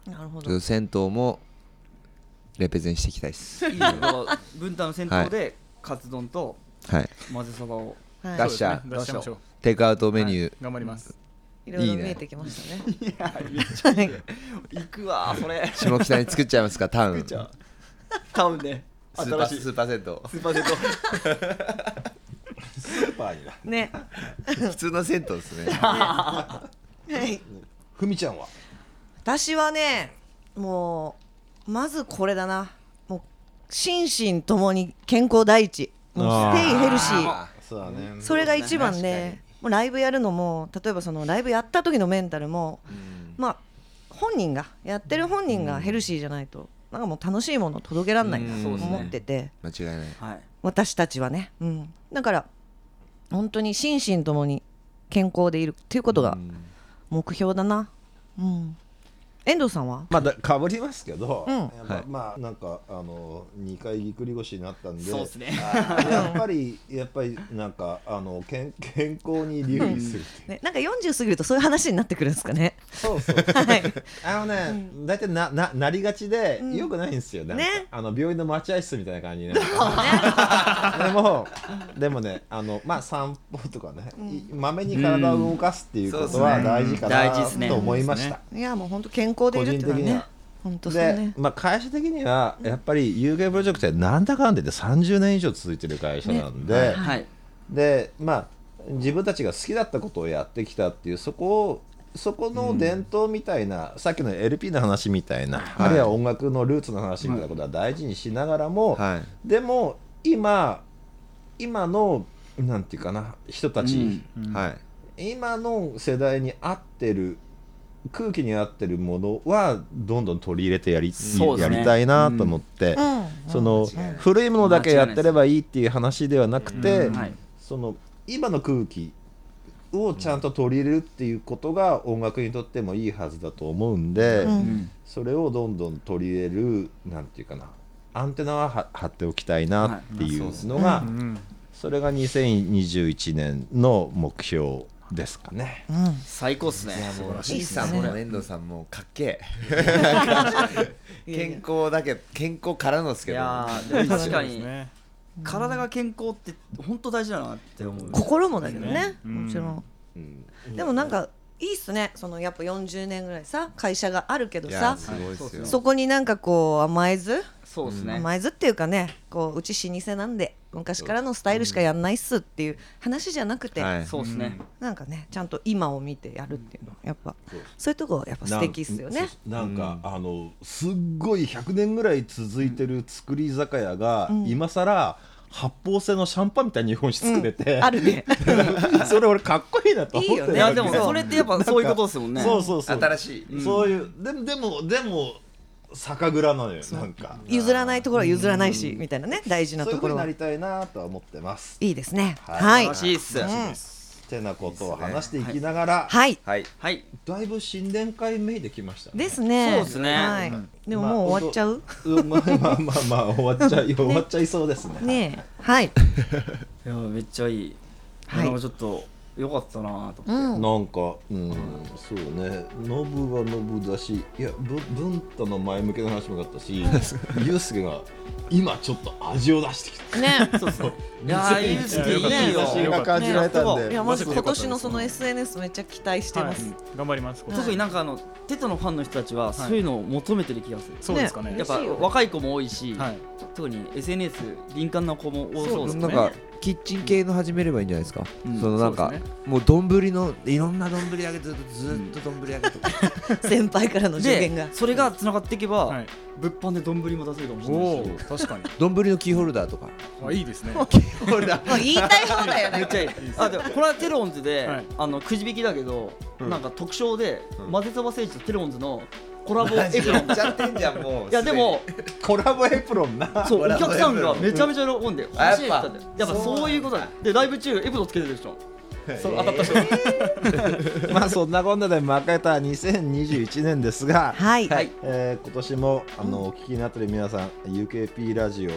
[SPEAKER 2] なるほ
[SPEAKER 7] ちょっ
[SPEAKER 2] ど
[SPEAKER 7] と銭湯もレペゼンしていきたいです
[SPEAKER 4] いいよだから文太の銭湯でカツ丼と
[SPEAKER 7] はい
[SPEAKER 4] 混ぜそばを
[SPEAKER 2] はい
[SPEAKER 7] 出しちゃ
[SPEAKER 5] そううですね出しちゃいましょう
[SPEAKER 7] テイクアウトメニュー、
[SPEAKER 5] 頑張ります
[SPEAKER 2] いろいろ
[SPEAKER 7] いいね
[SPEAKER 2] 見えてきましたね
[SPEAKER 4] いや行くわそれ
[SPEAKER 7] 下北に作っちゃいますかタウン
[SPEAKER 4] じゃあタウンで
[SPEAKER 7] スーパ
[SPEAKER 4] 新
[SPEAKER 7] ー
[SPEAKER 4] しい
[SPEAKER 7] ス
[SPEAKER 4] スー
[SPEAKER 7] ーパー銭湯
[SPEAKER 4] パー銭
[SPEAKER 2] ね
[SPEAKER 7] 普通の銭湯です
[SPEAKER 4] <laughs>
[SPEAKER 7] ね
[SPEAKER 2] はい
[SPEAKER 3] ふみちゃんは
[SPEAKER 2] 私はねもうまずこれだなもう心身ともに健康第一もうステイヘルシー
[SPEAKER 3] そうだね
[SPEAKER 2] それが一番ねもうライブやるのも例えばそのライブやった時のメンタルも、まあ本人がやってる本人がヘルシーじゃないと、なんかもう楽しいもの届けられないなと
[SPEAKER 4] うん
[SPEAKER 2] 思ってて、
[SPEAKER 7] 間違いない
[SPEAKER 4] 湯はい
[SPEAKER 2] 私たちはね、うん、だから本当に心身ともに健康でいるっていうことが目標だな、うん、遠藤さんは
[SPEAKER 3] まあだかぶりますけど、
[SPEAKER 2] うん
[SPEAKER 3] やっぱ
[SPEAKER 7] はい
[SPEAKER 3] まあなんかあの2回ぎっくり腰になったんで
[SPEAKER 4] そうっすね
[SPEAKER 3] あーやっぱりやっぱりなんかあの健健康に留意するっていう、
[SPEAKER 2] ね、なんか40過ぎるとそういう話になってくるんですかね。
[SPEAKER 3] そうそう
[SPEAKER 2] はい、
[SPEAKER 3] あのね、大体なななりがちで、よくないんですよなんか
[SPEAKER 2] ね
[SPEAKER 3] あの病院の待合室みたいな感じになる
[SPEAKER 4] <laughs>
[SPEAKER 3] から <laughs> でもでもねあのまあ散歩とかねいまめ、に体を動かすっていうことは
[SPEAKER 7] うん
[SPEAKER 3] 大事か
[SPEAKER 4] 大事っす
[SPEAKER 3] な
[SPEAKER 4] ね
[SPEAKER 3] と思いました、
[SPEAKER 2] いやもう本当健康でいるっていうのは
[SPEAKER 3] 個人的に
[SPEAKER 2] ね
[SPEAKER 3] は、
[SPEAKER 2] 本当そう
[SPEAKER 3] で
[SPEAKER 2] ね、。
[SPEAKER 3] まあ、会社的にはやっぱり有形プロジェクトはなんだかんだ言って30年以上続いてる会社なんで、
[SPEAKER 4] はい
[SPEAKER 3] でまあ自分たちが好きだったことをやってきたっていうそこをそこの伝統みたいな、さっきの LP の話みたいな、
[SPEAKER 7] い
[SPEAKER 3] あるいは音楽のルーツの話みたいなことは大事にしながらも、
[SPEAKER 7] はい
[SPEAKER 3] でも今今のなんていうかな人たち、
[SPEAKER 4] うん
[SPEAKER 7] はい
[SPEAKER 3] 今の世代に合ってる空気に合ってるものはどんどん取り入れてやり,、
[SPEAKER 4] そうで
[SPEAKER 3] や
[SPEAKER 4] すね
[SPEAKER 3] りたいなと思って、
[SPEAKER 2] うん、
[SPEAKER 3] その古いものだけやってればいいっていう話ではなくて、
[SPEAKER 4] うんはい
[SPEAKER 3] その今の空気をちゃんと取り入れるっていうことが音楽にとってもいいはずだと思うんで、
[SPEAKER 4] うん
[SPEAKER 3] それをどんどん取り入れるなんていうかなアンテナはは張っておきたいなっていうのが、
[SPEAKER 5] うん
[SPEAKER 3] それが2021年の目標ですかね。
[SPEAKER 2] うん、
[SPEAKER 4] 最高っすね
[SPEAKER 7] もう
[SPEAKER 2] しいっすね
[SPEAKER 7] さんも遠藤さんもかっけえ
[SPEAKER 2] いやいや
[SPEAKER 7] <laughs> 健康だけ健康からのです
[SPEAKER 4] い
[SPEAKER 7] けど
[SPEAKER 4] やーでも確
[SPEAKER 5] そ
[SPEAKER 4] か
[SPEAKER 5] うです
[SPEAKER 4] に
[SPEAKER 5] ね
[SPEAKER 4] 体が健康って本当大事だなって思う
[SPEAKER 2] 心もだけどね、
[SPEAKER 5] うん
[SPEAKER 2] もちろん。
[SPEAKER 3] うん
[SPEAKER 2] でもなんかいいっすね、そのやっぱ40年ぐらいさ会社があるけど
[SPEAKER 7] い
[SPEAKER 2] さ、
[SPEAKER 7] やすごいですよ
[SPEAKER 2] そこになんかこう甘えず、
[SPEAKER 4] そうですね
[SPEAKER 2] 甘えずっていうかね、こううち老舗なんで昔からのスタイルしかやんないっすっていう話じゃなくて、
[SPEAKER 7] はい
[SPEAKER 4] そうですね
[SPEAKER 2] なんかねちゃんと今を見てやるっていうのはやっぱそういうとこはやっぱ素敵っすよね。
[SPEAKER 3] なんか、あのすっごい100年ぐらい続いてる造り酒屋が、今さら発泡性のシャンパンみたいな日本酒作れ
[SPEAKER 2] <laughs>
[SPEAKER 3] て、
[SPEAKER 2] あるね。
[SPEAKER 3] <laughs> それ俺かっこいいなと思って
[SPEAKER 2] いいよね
[SPEAKER 4] いやでもそれってやっぱそういうことですもんね
[SPEAKER 3] そうそうそう
[SPEAKER 7] 新しい
[SPEAKER 3] いそういうでもでもでも酒蔵なのよなんか
[SPEAKER 2] 譲らないところは譲らないしみたいなね大事な
[SPEAKER 3] そうい
[SPEAKER 2] と
[SPEAKER 3] うふ
[SPEAKER 2] こ
[SPEAKER 3] う
[SPEAKER 2] ろ
[SPEAKER 3] にな
[SPEAKER 2] は
[SPEAKER 3] りたいなとは思ってます
[SPEAKER 2] いいですね。
[SPEAKER 3] はい
[SPEAKER 2] はい
[SPEAKER 4] ら。しいっす
[SPEAKER 2] うん
[SPEAKER 3] てなことを話していきながら、
[SPEAKER 2] はい
[SPEAKER 7] はい
[SPEAKER 4] はい
[SPEAKER 3] だいぶ新年会めいできましたね
[SPEAKER 2] ですね
[SPEAKER 4] そうですね
[SPEAKER 2] はいでももう終わっちゃう
[SPEAKER 3] うんまあまあまあまあ終わっち
[SPEAKER 2] <laughs>
[SPEAKER 3] ゃい終わっちゃいそうですね
[SPEAKER 2] ねえはい
[SPEAKER 4] いやめっちゃいい、
[SPEAKER 2] はい
[SPEAKER 4] なんかちょっとよかったなと
[SPEAKER 2] う
[SPEAKER 4] 思って、
[SPEAKER 2] ん
[SPEAKER 3] なんかうんそうねノブはノブだしいやぶ文太の前向きな話もよかっ
[SPEAKER 2] <laughs>
[SPEAKER 3] たしユうスケが今ちょっと味を出してきた
[SPEAKER 2] ね
[SPEAKER 4] そう
[SPEAKER 3] <laughs>
[SPEAKER 4] ですねいやーユースケいいよ
[SPEAKER 2] ね
[SPEAKER 5] 優しい
[SPEAKER 3] が感じられたんで、
[SPEAKER 2] いやマジ
[SPEAKER 3] マジで
[SPEAKER 2] 今
[SPEAKER 3] よかったです
[SPEAKER 2] 年のその SNS めっちゃ期待してます、
[SPEAKER 5] はい頑張ります。今年
[SPEAKER 4] 特になんかあのテトのファンの人たちはそういうのを求めてる気がする、
[SPEAKER 5] そうですかね。
[SPEAKER 4] やっぱ
[SPEAKER 2] 嬉しいよ
[SPEAKER 4] 若い子も多いし、
[SPEAKER 5] はい。
[SPEAKER 4] 特に SNS 敏感な子も多そうですね
[SPEAKER 7] なんかキッチン系の始めればいいんじゃないですか、
[SPEAKER 4] うん
[SPEAKER 7] そのなんか
[SPEAKER 5] そうです
[SPEAKER 7] もう丼のいろんな丼だけずっとずっと丼だけとか、
[SPEAKER 2] 先輩からの助言が
[SPEAKER 4] でそれがつながっていけば、
[SPEAKER 5] はい。
[SPEAKER 4] 物販で丼も出せるかもし
[SPEAKER 5] お
[SPEAKER 4] れない
[SPEAKER 5] お
[SPEAKER 4] し
[SPEAKER 5] ー、確かに。
[SPEAKER 7] <laughs> 丼のキーホルダーとか
[SPEAKER 5] あ、いいですね。
[SPEAKER 2] まあ言いたい放題や
[SPEAKER 4] め
[SPEAKER 2] ね
[SPEAKER 4] っちゃいいあでもこれはテロンズで、
[SPEAKER 5] はい
[SPEAKER 4] あのくじ引きだけど、なんか特賞で、混ぜそば聖地とテロンズのコラボエプロン
[SPEAKER 7] っちゃってんじゃんもう
[SPEAKER 4] いやでも
[SPEAKER 3] コラボエプロンな
[SPEAKER 4] そうお客さんがめちゃめちゃ喜んで欲しい
[SPEAKER 7] あやっ
[SPEAKER 4] って言
[SPEAKER 7] ぱ
[SPEAKER 4] ったんだよやっぱそういうことだよでライブ中エプロンつけてるでしょそう当たった人
[SPEAKER 3] <laughs> まあそんなこんなで負けた2021年ですが、
[SPEAKER 2] はい、
[SPEAKER 4] はい
[SPEAKER 3] えー今年もあのお聞きになってる皆さん UKP ラジオ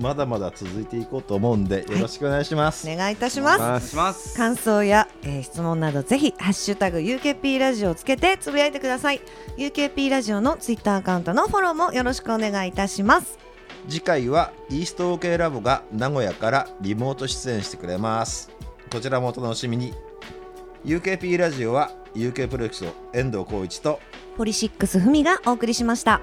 [SPEAKER 3] まだまだ続いていこうと思うんでよろしくお願いします、
[SPEAKER 2] お願いいたします
[SPEAKER 4] します
[SPEAKER 2] 感想や、えー質問などぜひ「ハッシュタグ #UKP ラジオ」をつけてつぶやいてください UKP ラジオのツイッターアカウントのフォローもよろしくお願いいたします
[SPEAKER 3] 次回はイースト OK ラボが名古屋からリモート出演してくれますこちらもお楽しみに UKP ラジオは UK プロジェクト遠藤浩一と
[SPEAKER 2] ポリシックスふみがお送りしました